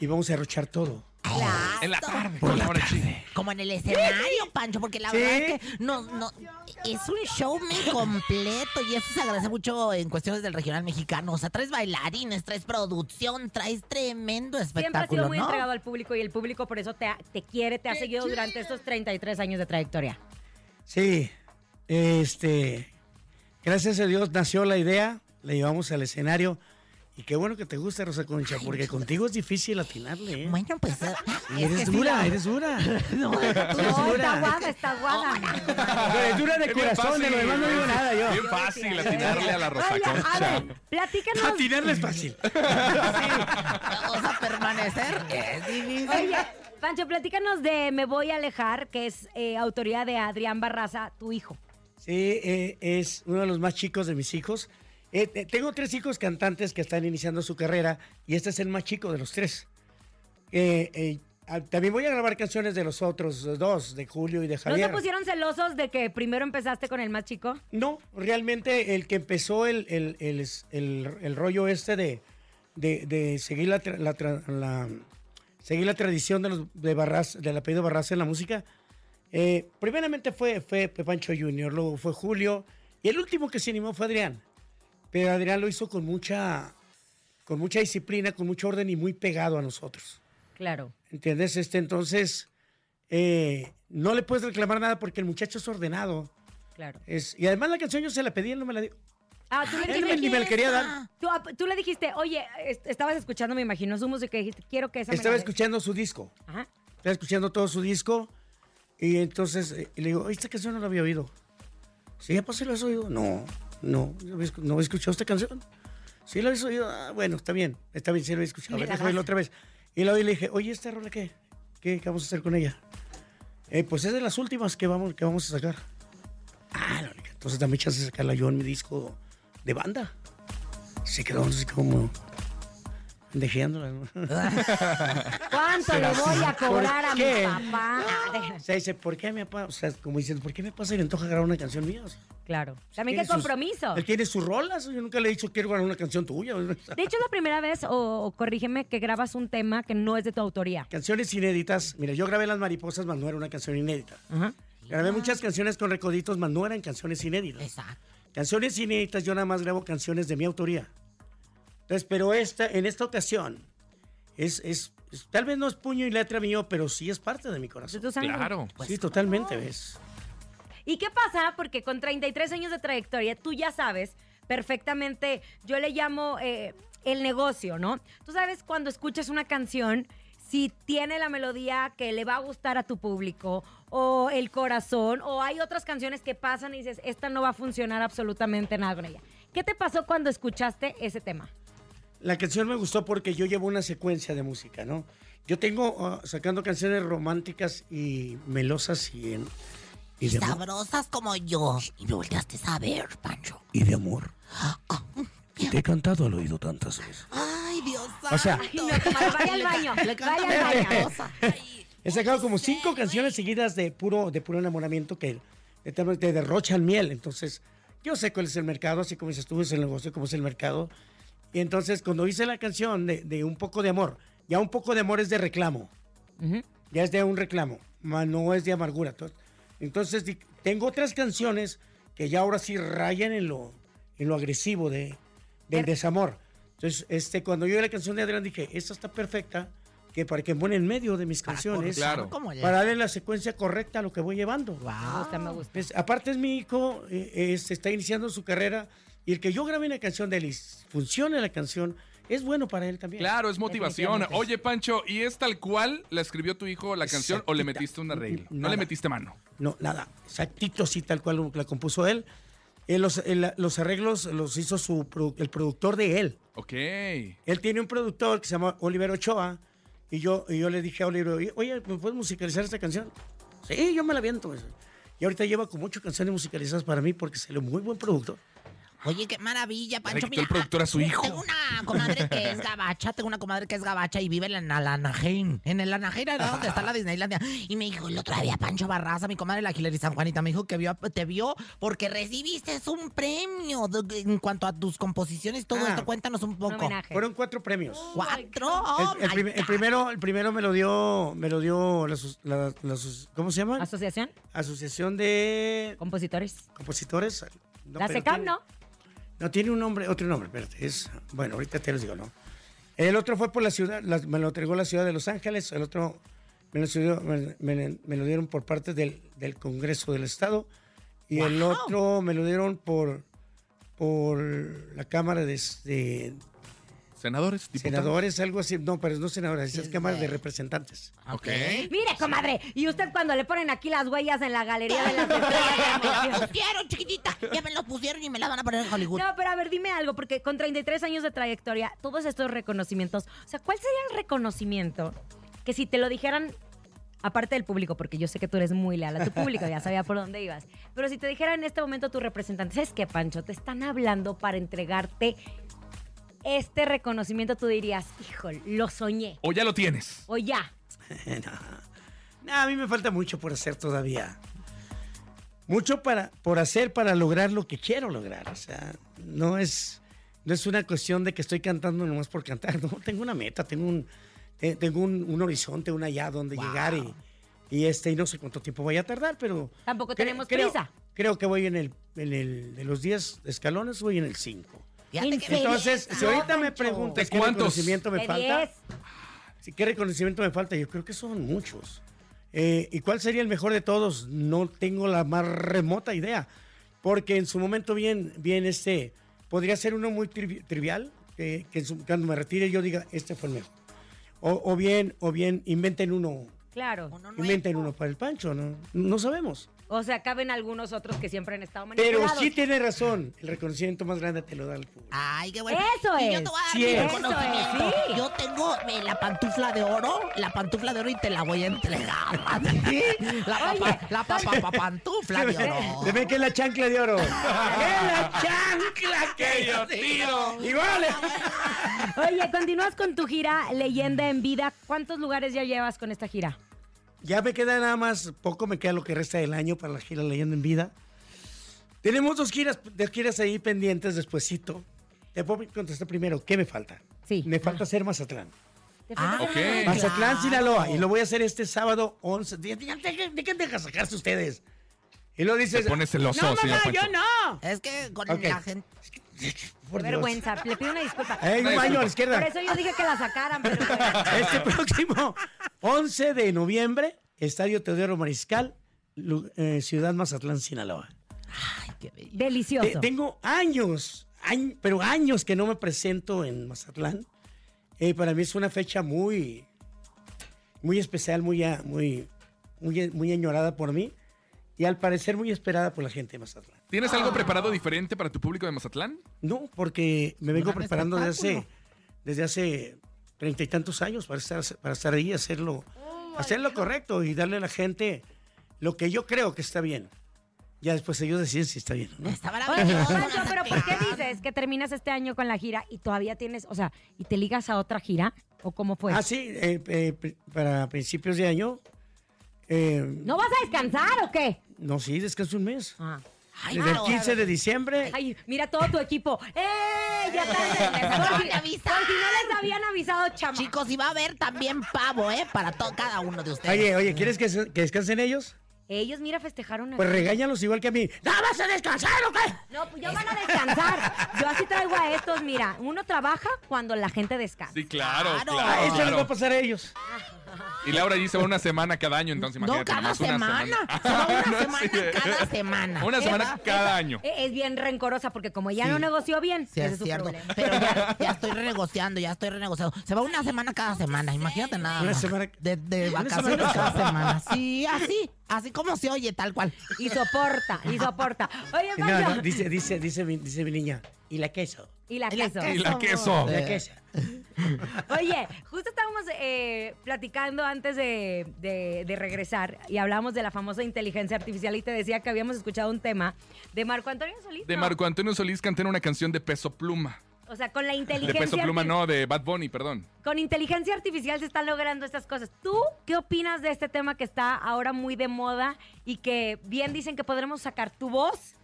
S10: y vamos a derrochar todo.
S3: Claro.
S4: En la tarde, por la hora chica.
S3: Como en el escenario, Pancho, porque la
S10: Sí.
S3: verdad es que no, no, es un show muy completo y eso se agradece mucho en cuestiones del regional mexicano. O sea, traes bailarines, traes producción, traes tremendo
S2: Siempre has sido
S3: espectáculo,
S2: muy
S3: ¿no?
S2: entregado al público y el público por eso te, ha- te quiere, te ha seguido durante estos 33 años de trayectoria.
S10: Sí, este, gracias a Dios nació la idea, la llevamos al escenario y qué bueno que te gusta Rosa Concha, porque contigo es difícil atinarle. ¿eh?
S3: Bueno, pues. eh,
S10: Y
S3: es que
S10: eres
S3: sí
S10: dura,
S3: la-
S10: eres dura.
S3: No, deja tú.
S10: Eres
S2: No, está
S10: dura.
S2: guada, está guada.
S10: Pero es dura de
S4: Es bien
S10: corazón, de lo
S4: fácil.
S10: demás no digo nada yo.
S4: Bien fácil atinarle a la
S2: Oye, a
S4: rosaconcha.
S2: ver, platícanos.
S10: Atinarle es fácil.
S3: O sea, permanecer es difícil.
S2: Oye, Pancho, platícanos de Me Voy a Alejar, que es eh, autoría de Adrián Barraza, tu hijo.
S10: Sí, eh, es uno de los más chicos de mis hijos. Eh, te- tengo tres hijos cantantes que están iniciando su carrera y este es el más chico de los tres. Eh, eh, ah, también voy a grabar canciones de los otros dos, de Julio y de
S2: ¿No se
S10: Javier.
S2: pusieron celosos de que primero empezaste con el más chico?
S10: No, realmente el que empezó el, el- el- el- el rollo este de, de- de seguir la, tra- la tra- la- seguir la tradición de los, de Barras, del apellido Barras en la música, eh, primeramente fue, fue Pancho Junior, luego fue Julio, y el último que se animó fue Adrián. Pero Adrián lo hizo con mucha, con mucha disciplina, con mucho orden y muy pegado a nosotros.
S2: Claro.
S10: ¿Entiendes? Este, entonces, eh, no le puedes reclamar nada porque el muchacho es ordenado.
S2: Claro.
S10: Es- y además la canción yo se la pedí, él no me la dio.
S2: Ah, tú le
S10: Él
S2: dijiste,
S10: me- ni me la quería dar.
S2: tú, ah, tú le dijiste, oye, est- estabas escuchando, me imagino, su música y dijiste, quiero que esa me
S10: Estaba
S2: la des".
S10: escuchando su disco.
S2: Ajá.
S10: Estaba escuchando todo su disco. Y entonces eh, y le digo, esta canción no la había oído. Sí, ya pasé, la has oído. No, no, no había escu- no había escuchado esta canción. Sí, la habías oído. Ah, bueno, está bien, está bien, sí la había escuchado. A
S2: Me
S10: ver,
S2: la
S10: déjame oírla
S2: das.
S10: otra vez. Y la oí y le dije, oye, ¿esta rola qué? ¿Qué, qué vamos a hacer con ella? "Eh, pues es de las últimas que vamos, que vamos a sacar. Ah, la única. Entonces dame chance de sacarla yo en mi disco de banda. Se quedó así como... Dejándolas.
S2: ¿Cuánto le voy a cobrar a
S10: qué?
S2: mi papá? Ah,
S10: O sea, dice, ¿por qué me papá? O sea, como dicen, ¿por qué me pasa y le antoja grabar una canción mía? O sea,
S2: Claro. También
S10: tiene
S2: qué
S10: sus-
S2: compromiso.
S10: Él tiene sus rolas. Yo nunca le he dicho, quiero grabar una canción tuya.
S2: De hecho, es la primera vez, o, o corrígeme, que grabas un tema que no es de tu autoría.
S10: Canciones inéditas. Mira, yo grabé Las Mariposas, más no era una canción inédita.
S2: Ah.
S10: Grabé muchas canciones con recoditos, más no eran canciones inéditas.
S3: Exacto.
S10: Canciones inéditas, yo nada más grabo canciones de mi autoría. Entonces, pero esta, en esta ocasión, es, es, es- tal vez no es puño y letra mío, pero sí es parte de mi corazón.
S2: De tu sangre. Claro.
S10: sí, totalmente, ¿ves?
S2: ¿Y qué pasa? Porque con 33 años de trayectoria, tú ya sabes perfectamente, yo le llamo eh, el negocio, ¿no? Tú sabes cuando escuchas una canción, si tiene la melodía que le va a gustar a tu público, o el corazón, o hay otras canciones que pasan y dices, esta no va a funcionar absolutamente nada con ella. ¿Qué te pasó cuando escuchaste ese tema?
S10: La canción me gustó porque yo llevo una secuencia de música, ¿no? Yo tengo ah, sacando canciones románticas y melosas y, en- y de, amor,
S3: Sabrosas como yo. Y me volteaste a ver, Pancho.
S10: y de amor. Y te he cantado al oído tantas veces.
S3: Ay, Dios santo.
S10: O sea-
S2: vaya al baño,
S3: Le canto
S2: vaya al
S3: una
S2: baño.
S3: cosa.
S10: He sacado como cinco canciones seguidas de puro, de puro enamoramiento que te, te derrochan miel. Entonces, yo sé cuál es el mercado, así como dices tú, es el negocio, cómo es el mercado. Y entonces, cuando hice la canción de, de Un poco de amor, ya un poco de amor es de reclamo. Ya es de un reclamo, más no es de amargura. Entonces, entonces, di- tengo otras canciones que ya ahora sí rayan en lo, en lo agresivo de, del desamor. Entonces, este, cuando yo oí la canción de Adrián dije, esta está perfecta, que para que pone en medio de mis canciones,
S3: cortar Ah, Claro. como la-
S10: para darle la secuencia correcta a lo que voy llevando.
S2: Me gusta, me gusta.
S10: Pues, aparte es mi hijo, eh, este, está iniciando su carrera, y el que yo grabé una canción de él y funcione la canción, es bueno para él también.
S4: Claro, es motivación. Oye, Pancho, ¿y es tal cual la escribió tu hijo la canción o le metiste una regla? No
S10: Nada.
S4: le metiste mano.
S10: No, nada. Exactito, sí, tal cual la compuso él. Eh, los, eh, la- los arreglos los hizo su produ- el productor de él.
S4: Ok.
S10: Él tiene un productor que se llama Oliver Ochoa. Y yo, y yo le dije a Oliver, "Oye, oye, ¿me puedes musicalizar esta canción? Sí, yo me la aviento. pues". Y ahorita lleva como ocho canciones musicalizadas para mí porque se le muy buen productor.
S3: Oye, qué maravilla,
S4: Le
S3: Pancho.
S4: quitó
S3: Mira,
S4: el productor a su hijo.
S3: tengo una comadre que es gabacha, tengo una comadre que es gabacha y vive en la Anaheim. En el Anaheim era donde está la Disneylandia. Y me dijo el otro día Pancho Barraza, mi comadre la Hilary San Juanita, me dijo que vio, te vio porque recibiste un premio de- en cuanto a tus composiciones. Todo
S10: Ah.
S3: esto, cuéntanos un poco.
S10: Fueron cuatro premios.
S3: ¿Cuatro? Oh
S10: El, el
S3: my
S10: prim- el primero, el primero me lo dio, me lo dio la aso- la- la aso- ¿cómo se llama?
S2: ¿Asociación?
S10: Asociación de
S2: Compositores.
S10: Compositores. No,
S2: la
S10: pero
S2: SECAM,
S10: tiene-
S2: ¿no?
S10: No, tiene un nombre, otro nombre, espérate. Es, bueno, ahorita te los digo, ¿no? El otro fue por la ciudad, la- me lo entregó la ciudad de Los Ángeles, el otro me lo, subió- me- me- me lo dieron por parte del, del Congreso del Estado y el
S3: Wow.
S10: otro me lo dieron por, por la Cámara de, de
S4: Senadores, diputados.
S10: Senadores, algo así. No, pero no senadores, es Cámara de Representantes.
S4: Ok.
S2: Mire, comadre, y usted cuando le ponen aquí las huellas en la galería de las estrellas. de la
S3: God.
S2: canción.
S3: Pusieron, chiquitita. Ya me lo pusieron y me la van a poner en Hollywood.
S2: No, pero a ver, dime algo, porque con 33 años de trayectoria, todos estos reconocimientos, o sea, ¿cuál sería el reconocimiento que si te lo dijeran, aparte del público, porque yo sé que tú eres muy leal a tu público, ya sabía por dónde ibas, pero si te dijera en este momento tu representante, ¿sabes qué, Pancho? Te están hablando para entregarte este reconocimiento, tú dirías, híjole, lo soñé,
S4: O ya lo tienes.
S2: o ya.
S10: No, a mí me falta mucho por hacer todavía. Mucho para, por hacer para lograr lo que quiero lograr. O sea, no es, no es una cuestión de que estoy cantando nomás por cantar. No, tengo una meta, tengo un, te- tengo un, un horizonte, una allá donde llegar y, y este, y no sé cuánto tiempo vaya a tardar, pero.
S2: Tampoco
S10: cre-
S2: tenemos prisa.
S10: Creo que voy en el, en el, de los 10 escalones, voy en el 5.
S3: Fíjate que-
S10: Entonces, si ahorita me
S2: Pancho.
S10: preguntas
S4: ¿De
S10: qué
S4: cuántos?
S10: reconocimiento me
S2: De
S10: falta,
S2: 10.
S10: Sí, ¿Qué reconocimiento me falta? Yo creo que son muchos. Eh, ¿Y cuál sería el mejor de todos? No tengo la más remota idea. Porque en su momento bien, bien este, podría ser uno muy trivi- trivial, que, que en su- cuando me retire yo diga, este fue el mejor. O, o bien, o bien inventen uno,
S2: Claro.
S10: inventen uno para el Pancho, ¿no? No sabemos.
S2: O sea, caben algunos otros que siempre han estado
S10: Pero
S2: manipulados.
S10: sí tiene razón. El reconocimiento más grande te lo da el público.
S3: Ay, qué bueno.
S2: Eso
S3: Y
S2: es.
S3: yo te voy a dar
S10: Sí
S3: mi
S10: es.
S3: reconocimiento.
S10: Eso es, sí.
S3: Yo tengo eh, la pantufla de oro, la pantufla de oro y te la voy a entregar. La papa,
S2: Oye,
S3: la papa, papa- pantufla de oro.
S10: Se ve que es la chancla de oro. ¡Es la chancla que yo tiro! ¡Igual!
S2: Oye, continúas con tu gira Leyenda en Vida. ¿Cuántos lugares ya llevas con esta gira?
S10: Ya me queda nada más, poco me queda lo que resta del año para la gira Leyenda en Vida. Tenemos dos giras, dos giras ahí pendientes despuesito. Te puedo contestar primero, ¿qué me falta?
S2: Sí.
S10: Me falta hacer Mazatlán.
S2: ¿Te
S3: Ah,
S2: falta hacer
S4: ok.
S2: algo?
S10: Mazatlán, Sinaloa. Y lo voy a hacer este sábado 11. Ya- ya- ya- Dejen de sacarse ustedes. Y lo
S4: Se
S10: dices...
S4: pone celoso,
S10: no,
S4: señor
S10: mamá,
S4: Pancho.
S10: yo no.
S3: Es que con
S10: Ok.
S3: la gente.
S10: Por Dios.
S2: Vergüenza. Le pido una disculpa.
S10: Hay un baño a la
S2: Por
S10: izquierda.
S2: eso yo dije que la sacaran, pero bueno.
S10: Este próximo 11 de noviembre, Estadio Teodoro Mariscal, Lu- eh, Ciudad Mazatlán, Sinaloa.
S3: Ay, qué bello.
S10: Te-
S2: Delicioso.
S10: tengo años, añ- pero años que no me presento en Mazatlán. Eh, para mí es una fecha muy, muy especial, muy, a- muy, muy, muy añorada por mí y al parecer muy esperada por la gente de Mazatlán.
S4: ¿Tienes algo preparado diferente para tu público de Mazatlán?
S10: No, porque me vengo
S3: Gran
S10: preparando desde hace,
S3: espectáculo.
S10: desde hace treinta y tantos años para estar, para estar ahí, hacerlo,
S3: Oh,
S10: hacerlo correcto y darle a la gente lo que yo creo que está bien. Ya después ellos deciden si está bien o no.
S3: Estaba
S2: Oye, Pancho,
S3: maravilloso.
S2: pero ¿por qué dices que terminas este año con la gira y todavía tienes, o sea, y te ligas a otra gira? ¿O cómo fue?
S10: Ah, sí, eh, eh, pri- para principios de año. eh, no.
S2: ¿No vas a descansar o qué?
S10: sí, descanso un mes.
S2: Ah.
S3: Ay,
S10: Desde
S3: claro.
S10: el 15 de diciembre.
S2: Ay, mira todo tu equipo. ¡Eh! Ya tarde.
S3: Acaban de avisar.
S2: Por si no les habían avisado, chama.
S3: Chicos, y va a haber también pavo, ¿eh? Para todo, cada uno de ustedes.
S10: Oye, oye, ¿quieres que, se- que descansen ellos?
S2: Ellos, mira, festejaron.
S10: Pues regáñalos igual que a mí. ¡No vas a descansar o qué!
S2: No, pues yo van a descansar. Yo así traigo a estos, mira. Uno trabaja cuando la gente descansa.
S4: Sí, claro,
S3: Claro.
S4: claro.
S10: Ah, eso les va a
S4: claro.
S10: pasar a ellos.
S4: Y Laura allí se va una semana cada año, entonces
S3: no,
S4: imagínate.
S3: cada
S4: nomás
S3: semana.
S4: Una
S3: Se va
S4: semana,
S3: una semana
S4: No, sí, eh.
S3: cada semana.
S4: Una semana
S2: Esa-
S4: cada
S2: esa-
S4: año.
S2: e- Es bien rencorosa porque como ya
S3: Sí.
S2: no negoció bien,
S3: Sí,
S2: ese
S3: es
S2: es su
S3: cierto.
S2: problema.
S3: Pero ya, ya estoy renegociando, ya estoy renegociando. Se va una semana cada semana, imagínate nada.
S10: Una
S3: más.
S10: semana-
S3: De, de
S10: una
S3: vacaciones
S10: semana
S3: cada semana. Sí, así. Así como se oye, tal cual.
S2: Y soporta, y soporta. Oye,
S10: Y nada,
S2: Pancho.
S10: dice, dice, dice, mi, dice mi niña. ¿Y la queso?
S2: Y la
S3: Y la
S2: queso.
S4: Y la queso.
S10: ¿Y la queso?
S2: Oye, justo estábamos eh, platicando antes de, de- de regresar y hablábamos de la famosa inteligencia artificial y te decía que habíamos escuchado un tema de Marco Antonio Solís.
S4: De
S2: ¿no?
S4: Marco Antonio Solís cantando una canción de peso pluma.
S2: O sea, con la
S4: De
S2: inteligencia
S4: peso pluma,
S2: arti-
S4: no, de Bad Bunny, perdón.
S2: Con inteligencia artificial se están logrando estas cosas. ¿Tú qué opinas de este tema que está ahora muy de moda y que bien dicen que podremos sacar tu voz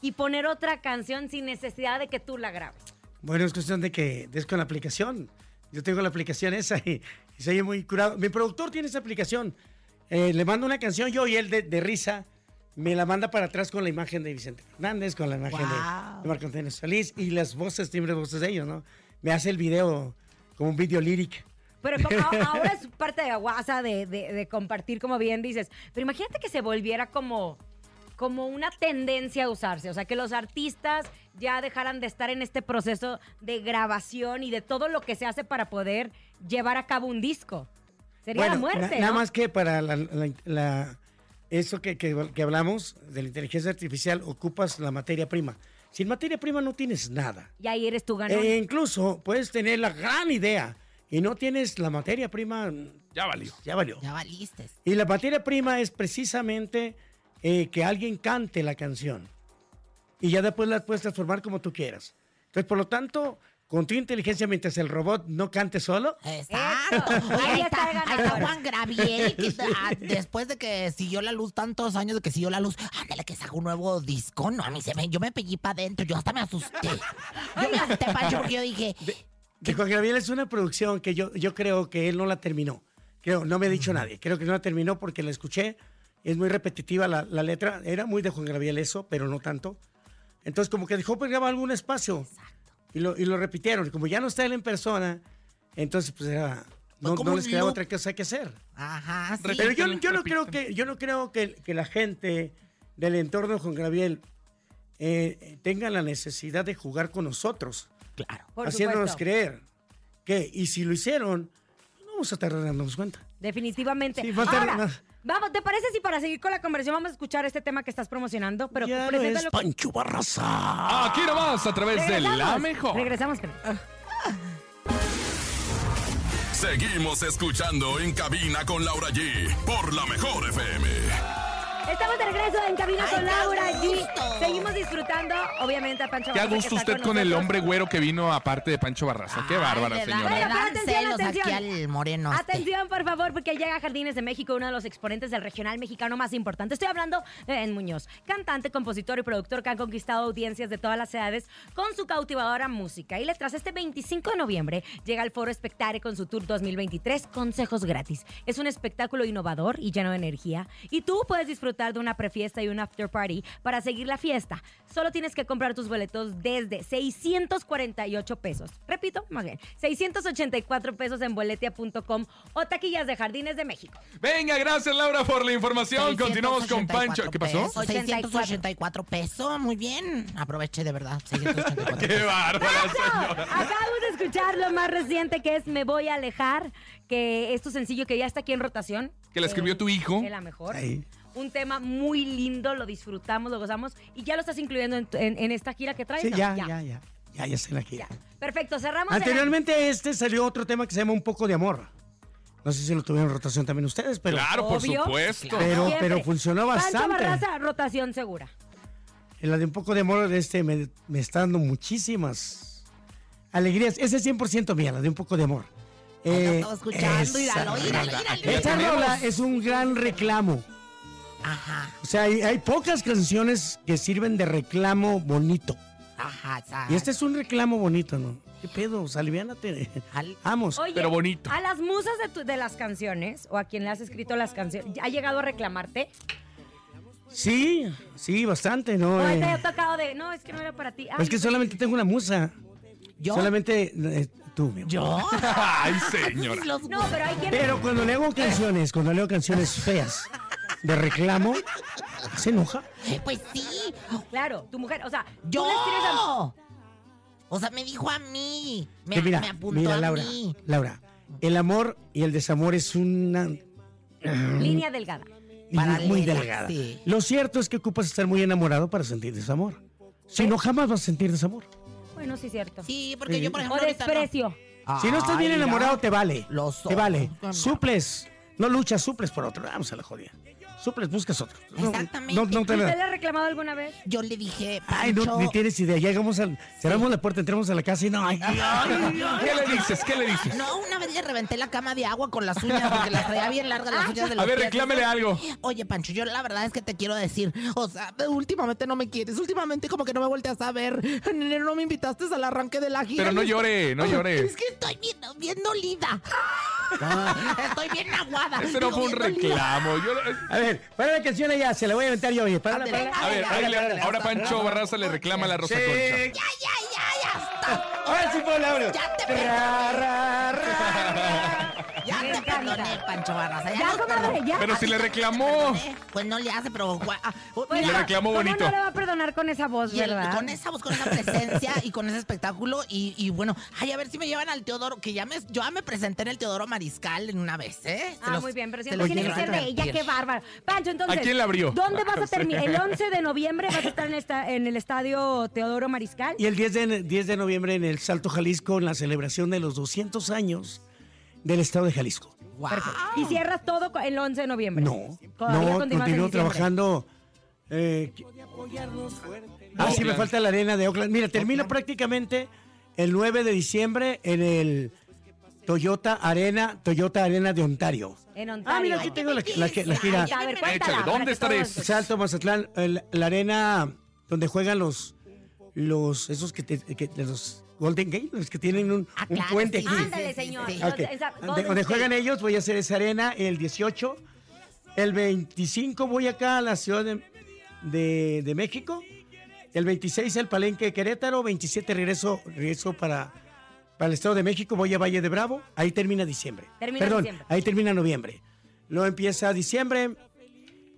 S2: y poner otra canción sin necesidad de que tú la grabes?
S10: Bueno, es cuestión de que des con la aplicación. Yo tengo la aplicación esa y, y se oye muy curado. Mi productor tiene esa aplicación. Eh, le mando una canción yo y él de, de risa me la manda para atrás con la imagen de Vicente Fernández, con la imagen de- de,
S3: Guau.
S10: Marco Antonio Solís y las voces, timbres de voces de ellos, ¿no? Me hace el video como un video líric.
S2: Pero como a- ahora es parte de WhatsApp de, de- de compartir, como bien dices. Pero imagínate que se volviera como, como una tendencia a usarse. O sea, que los artistas ya dejaran de estar en este proceso de grabación y de todo lo que se hace para poder llevar a cabo un disco. Sería la
S10: Bueno,
S2: muerte.
S10: na- nada
S2: ¿no?
S10: más que para la, la- la- eso que, que- que hablamos de la inteligencia artificial, ocupas la materia prima. Sin materia prima no tienes nada.
S2: Y ahí eres tú ganón.
S10: E incluso puedes tener la gran idea y no tienes la materia prima,
S4: Ya valió.
S10: ya valió.
S3: Ya valiste.
S10: Y la materia prima es precisamente eh, que alguien cante la canción. Y ya después la puedes transformar como tú quieras. Entonces, por lo tanto, con tu inteligencia, mientras el robot no cante solo,
S3: Exacto.
S2: Eso.
S3: Oye,
S2: Ahí
S3: ahí
S2: está
S3: está,
S2: el
S3: ahí
S2: ganador.
S3: está Juan Graviel, que está- ah, después de que siguió la luz tantos años de que siguió la luz, ándale que sacó un nuevo disco. No, a mí se me, yo me pellí para adentro, yo hasta me asusté. Yo me asusté, Pancho, porque yo dije,
S10: que Juan Gabriel es una producción que yo, yo creo que él no la terminó. Creo, no me ha dicho nadie. Creo que no la terminó porque la escuché. Es muy repetitiva la, la letra. Era muy de Juan Gabriel eso, pero no tanto. Entonces, como que dejó pegaba algún espacio. Y lo, y lo repitieron. Como ya no está él en persona, entonces pues era- No,
S3: Fue como
S10: no
S3: un
S10: les quedaba
S3: loop.
S10: otra cosa que hacer.
S3: ajá, sí.
S10: Pero yo,
S4: Repítelo,
S10: yo no creo
S4: repítelo.
S10: que, yo no creo que, que la gente del entorno de Juan Gabriel eh, tenga la necesidad de jugar con nosotros,
S3: Claro.
S2: Por
S10: haciéndonos
S2: supuesto.
S10: pues creer que, y si lo hicieron, no vamos a tardar en darnos cuenta.
S2: definitivamente.
S10: Sí, falta-
S2: Ahora,
S10: no.
S2: vamos, ¿te parece si para seguir con la conversación vamos a escuchar este tema que estás promocionando? Pero preséntalo.
S4: Pancho Barraza. Aquí nomás, a través de la
S2: Regresamos.
S4: mejor.
S2: Regresamos con
S1: Seguimos escuchando en cabina con Laura G por la mejor FM.
S2: Estamos de regreso en Cabina
S3: Ay,
S2: con
S3: qué
S2: Laura G.
S3: gusto.
S2: Seguimos disfrutando, obviamente, a Pancho
S4: Qué a
S2: Barraza, que
S4: gusto
S2: está
S4: usted con, el
S2: nosotros.
S4: hombre güero que vino aparte de Pancho Barraza. Ah, Qué bárbara,
S3: le da-
S4: señora.
S3: le
S2: Pero, pero
S3: dan
S2: atención,
S3: celos aquí
S2: atención.
S3: al moreno. este.
S2: Atención, por favor, porque llega a Jardines de México uno de los exponentes del regional mexicano más importante. Estoy hablando de En Muñoz, cantante, compositor y productor que han conquistado audiencias de todas las edades con su cautivadora música. Y letras, este 25 de noviembre llega al Foro Espectare con su tour 2023, Consejos Gratis. Es un espectáculo innovador y lleno de energía. Y tú puedes disfrutar de una prefiesta y un after party para seguir la fiesta. Solo tienes que comprar tus boletos desde 648 pesos. Repito, más bien, 684 pesos en boletia.com o taquillas de Jardines de México.
S4: Venga, gracias Laura por la información. Continuamos con Pancho. ¿Qué pasó?
S3: 684 pesos, muy bien. Aproveché de verdad. 684
S4: Qué bárbara, señora.
S2: Acabamos de escuchar lo más reciente que es Me Voy a Alejar, que es tu sencillo que ya está aquí en rotación.
S4: Que la escribió tu hijo.
S2: Que la mejor. Un tema muy lindo, lo disfrutamos, lo gozamos y ya lo estás incluyendo en, tu- en- en esta gira que traes.
S10: Sí,
S2: ¿no?
S10: ya, ya, ya. Ya, ya se la gira.
S2: Perfecto, cerramos. el-
S10: Anteriormente este salió otro tema que se llama Un poco de amor. No sé si lo tuvieron en rotación también ustedes, pero...
S4: Claro, por Obvio. supuesto.
S10: Pero,
S2: Siempre.
S10: pero funcionó
S2: Pancho
S10: bastante.
S2: Barraza, rotación segura.
S10: En la de Un poco de amor de este me, me está dando muchísimas alegrías. Ese es 100% mía, la de Un poco de amor. Eh,
S3: estaba escuchando, íralo, íralo, íralo.
S10: Esa
S3: Ya
S10: rola
S3: tenemos.
S10: es un gran reclamo.
S3: Ajá,
S10: O sea, hay, hay pocas canciones que sirven de reclamo bonito.
S3: ajá, sa-
S10: Y este es un reclamo bonito, ¿no? ¿Qué pedo? O sea, aliviánate. Vamos.
S2: Oye, A las musas de, tu- de las canciones o a quien le has escrito las canciones, ¿ha llegado a reclamarte?
S10: Sí, sí, bastante, ¿no?
S2: ¿O
S10: Eh,
S2: te ha tocado de, no, es que no era para ti?
S10: es que
S2: Ay,
S10: solamente tengo una musa.
S3: ¿Yo?
S10: Solamente eh, tú, mi amor.
S3: ¿Yo?
S4: Ay, señora.
S2: No, pero hay quien...
S10: Pero cuando le hago canciones, cuando leo canciones feas de reclamo, se enoja.
S3: Pues sí,
S2: Claro, tu mujer, o sea,
S3: yo.
S2: tú les tienes a-
S3: O sea, me dijo a mí. Me,
S10: Que mira,
S3: me apuntó
S10: mira,
S3: a
S10: Laura,
S3: mí.
S10: Laura, el amor y el desamor es una
S2: línea delgada.
S10: línea muy
S3: Paralela,
S10: delgada.
S3: sí.
S10: Lo cierto es que ocupas estar muy enamorado para sentir desamor. Si no, jamás vas a sentir desamor.
S2: Bueno, sí es cierto.
S3: Sí, porque yo, por
S2: o
S3: ejemplo, ahorita no.
S2: desprecio.
S10: si no estás bien
S3: Ay, mira,
S10: enamorado, te vale.
S3: los
S10: te vale.
S3: ojos, mi amor.
S10: Suples. No luchas, suples por otro. Vamos a la jodida. Suples, buscas otro. No,
S3: Exactamente.
S10: No, no te la-
S2: ¿Usted le ha reclamado alguna vez?
S3: Yo le dije,
S10: Ay,
S3: Pancho,
S10: no, ni tienes idea. Llegamos al. Cerramos la puerta, entramos a la casa y no. Ay,
S4: ¿Qué le dices? ¿Qué le dices?
S3: No, una vez le reventé la cama de agua con las uñas porque las traía bien largas
S2: Ah.
S3: las uñas de los
S4: A ver,
S3: pies.
S4: reclámele algo.
S3: Oye, Pancho, yo la verdad es que te quiero decir, o sea, últimamente no me quieres, últimamente como que no me volteas a ver, en enero no me invitaste al arranque de la gira.
S4: Pero no
S3: Es-
S4: llore, no llore.
S3: Es que estoy bien, bien dolida. estoy bien aguada.
S4: Ah. Ese no
S3: Digo,
S4: fue un
S3: bien dolida.
S4: reclamo. Yo-
S10: A ver, para la canción allá, se la voy a aventar yo, oye. Para
S3: Ándale,
S4: A ver, ahí le-
S3: ándale,
S4: ahora
S3: ándale.
S4: Pancho Barraza le reclama a la Rosa Concha.
S3: Ya, ya, ya, ya está.
S10: Ahora sí, Pablo, ahora.
S3: Ya te
S10: Ra, ra, ra.
S3: Ya
S2: Me
S3: te
S2: encanta.
S3: perdoné, Pancho Barraza.
S2: Ya,
S3: nos
S2: comadre,
S3: perdoné.
S2: ya.
S4: Pero si le
S3: Ahorita
S4: reclamó.
S3: te perdoné. Pues no le hace, pero... gua- ah, oh,
S2: Pues
S4: Le
S2: no,
S3: mira,
S4: reclamó
S2: ¿cómo
S4: bonito.
S2: no le va a perdonar con esa voz,
S3: Y el-
S2: verdad?
S3: con esa voz, con esa presencia y con ese espectáculo. Y, y bueno, ay, a ver si me llevan al Teodoro, que ya me, yo ya me presenté en el Teodoro Mariscal en una vez, ¿eh? Se
S2: Ah,
S3: los-
S2: muy bien, pero
S3: se
S2: siempre
S3: los
S2: tiene que
S3: llevo a
S2: ser de ella,
S3: transmitir.
S2: qué bárbaro. Pancho, entonces.
S4: ¿A quién la abrió?
S2: ¿Dónde vas a
S4: Sí.
S2: terminar? El 11 de noviembre vas a estar en, esta- en el estadio Teodoro Mariscal.
S10: Y el 10 de, 10 de noviembre en el Salto Jalisco, en la celebración de los 200 años del Estado de Jalisco.
S3: Guau.
S2: Y cierras todo co- el 11 de noviembre.
S10: No,
S2: Todavía continúas en
S10: no, continúo
S2: diciembre.
S10: trabajando. eh, que- ah, sí, me falta la arena de Oakland. Mira, termino prácticamente el 9 de diciembre en el Toyota Arena, Toyota Arena de Ontario.
S2: En Ontario.
S10: Ah, mira, aquí tengo la, la- la gira.
S2: Ay, a ver, cuéntala.
S4: Échale,
S2: para
S4: ¿dónde
S2: que
S4: estaré?
S2: todos-
S10: Pues, Salto, Mazatlán, el- la arena donde juegan los, los esos que, te- que- de los Golden Gate, los que tienen un,
S3: Ah,
S10: un
S3: claro,
S10: puente
S3: sí,
S10: aquí.
S3: sí,
S2: Ándale, señor.
S3: Sí.
S10: Ah,
S2: Entonces,
S10: ok.
S2: esa-
S10: De-
S2: Golden
S10: donde
S2: State.
S10: juegan ellos, voy a hacer esa arena el 18. El 25 voy acá a la Ciudad de, de- de México. El 26 el Palenque de Querétaro. 27 regreso, regreso para, para el Estado de México. Voy a Valle de Bravo. Ahí termina diciembre.
S2: Termina
S10: Perdón,
S2: diciembre.
S10: ahí termina noviembre. Luego empieza diciembre.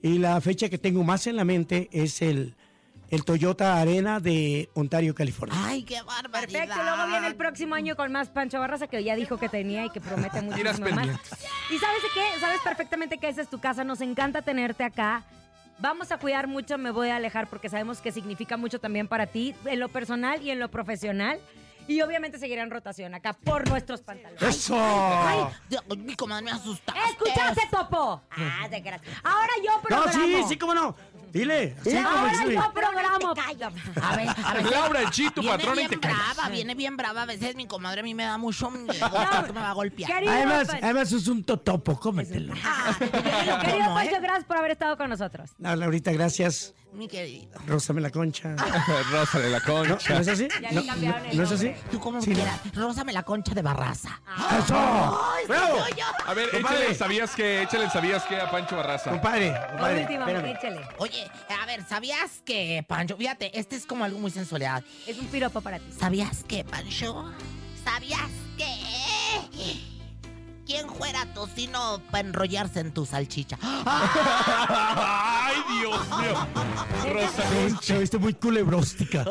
S10: Y la fecha que tengo más en la mente es el el Toyota Arena de Ontario, California.
S3: Ay, qué barbaridad.
S2: Perfecto, luego viene el próximo año con más Pancho Barraza que ya dijo que tenía y que promete
S4: Irás
S2: muchísimo más.
S4: pendientes.
S2: Y sabes de qué, sabes perfectamente que esa es tu casa, nos encanta tenerte acá. Vamos a cuidar mucho, me voy a alejar porque sabemos que significa mucho también para ti, en lo personal y en lo profesional. Y obviamente seguirá en rotación acá por nuestros pantalones.
S10: ¡Eso!
S3: Ay, ay, mi comadre me asustaste.
S2: ¡Escuchaste, Topo! Ah, te creas. Ahora yo
S10: No,
S2: programo.
S10: sí, sí, cómo no. Dile, así como
S2: Ahora
S10: dice.
S2: yo programo.
S3: A ver, a ver.
S4: Laura, el chi, tu
S3: viene
S4: patrona y
S3: bien
S4: te callas.
S3: brava, viene bien brava. A veces mi comadre a mí me da mucho miedo. porque me va a golpear.
S2: Querido
S10: Además,
S2: Pancho-
S10: además es un totopo, cómetelo.
S3: Ah, yo me lo
S2: Querido pues
S3: como,
S2: Pancho,
S3: ¿eh?
S2: gracias por haber estado con nosotros.
S10: No, Laurita, gracias.
S3: Mi querido.
S10: Rózame la concha.
S4: Rosa de la
S10: ¿No,
S4: concha.
S10: ¿no es así?
S2: Ya
S10: No,
S2: le cambiaron
S10: no-
S2: el
S10: ¿no es así?
S2: nombre.
S3: Tú como
S10: Sí,
S3: quieras. Rózame la concha de barraza.
S2: Ah.
S10: ¡Eso!
S3: Ay,
S10: ¡Bravo!
S3: soy yo.
S4: A ver,
S10: Compadre.
S4: échale el sabías que, échale el sabías que a Pancho Barraza.
S10: Compadre,
S2: Por
S10: compadre,
S2: último,
S10: espérame.
S2: échale.
S3: Oye, a ver, ¿sabías que, Pancho? Fíjate, este es como algo muy sensualidad.
S2: Es un piropo para ti.
S3: ¿Sabías que, Pancho? ¿Sabías que? ¿Quién fuera tocino para enrollarse en tu salchicha? ¡Ah!
S4: ¡Ay, Dios mío! Rosa
S10: Te- Te viste muy culebróstica.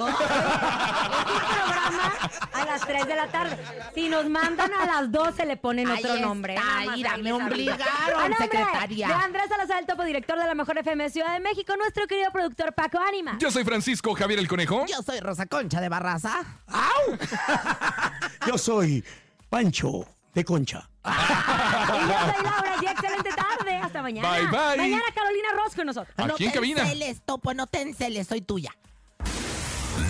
S2: programa a las 3 de la tarde. Si nos mandan a las 2 se le ponen
S3: Ahí
S2: otro
S3: está,
S2: nombre. Nada más
S3: mira,
S2: ahí
S3: me
S2: les aviso.
S3: obligaron,
S2: A nombre
S3: secretaria.
S2: De Andrés Salazar, el topo director de la mejor FM Ciudad de México, nuestro querido productor Paco Ánima.
S4: Yo soy Francisco Javier el Conejo.
S3: Yo soy Rosa Concha de Barraza.
S10: Yo soy Pancho de Concha.
S2: Y yo soy Laura, y excelente tarde. Hasta mañana.
S4: Bye, bye.
S2: Mañana Carolina Rosco con nosotros.
S4: Aquí en
S3: te
S4: cabina.
S3: enceles, Topo, no te enceles, soy tuya.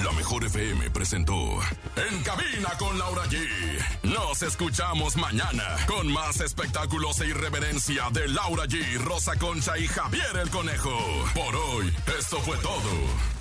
S1: La Mejor FM presentó En Cabina con Laura G. Nos escuchamos mañana con más espectáculos e irreverencia de Laura G, Rosa Concha y Javier el Conejo. Por hoy, esto fue todo.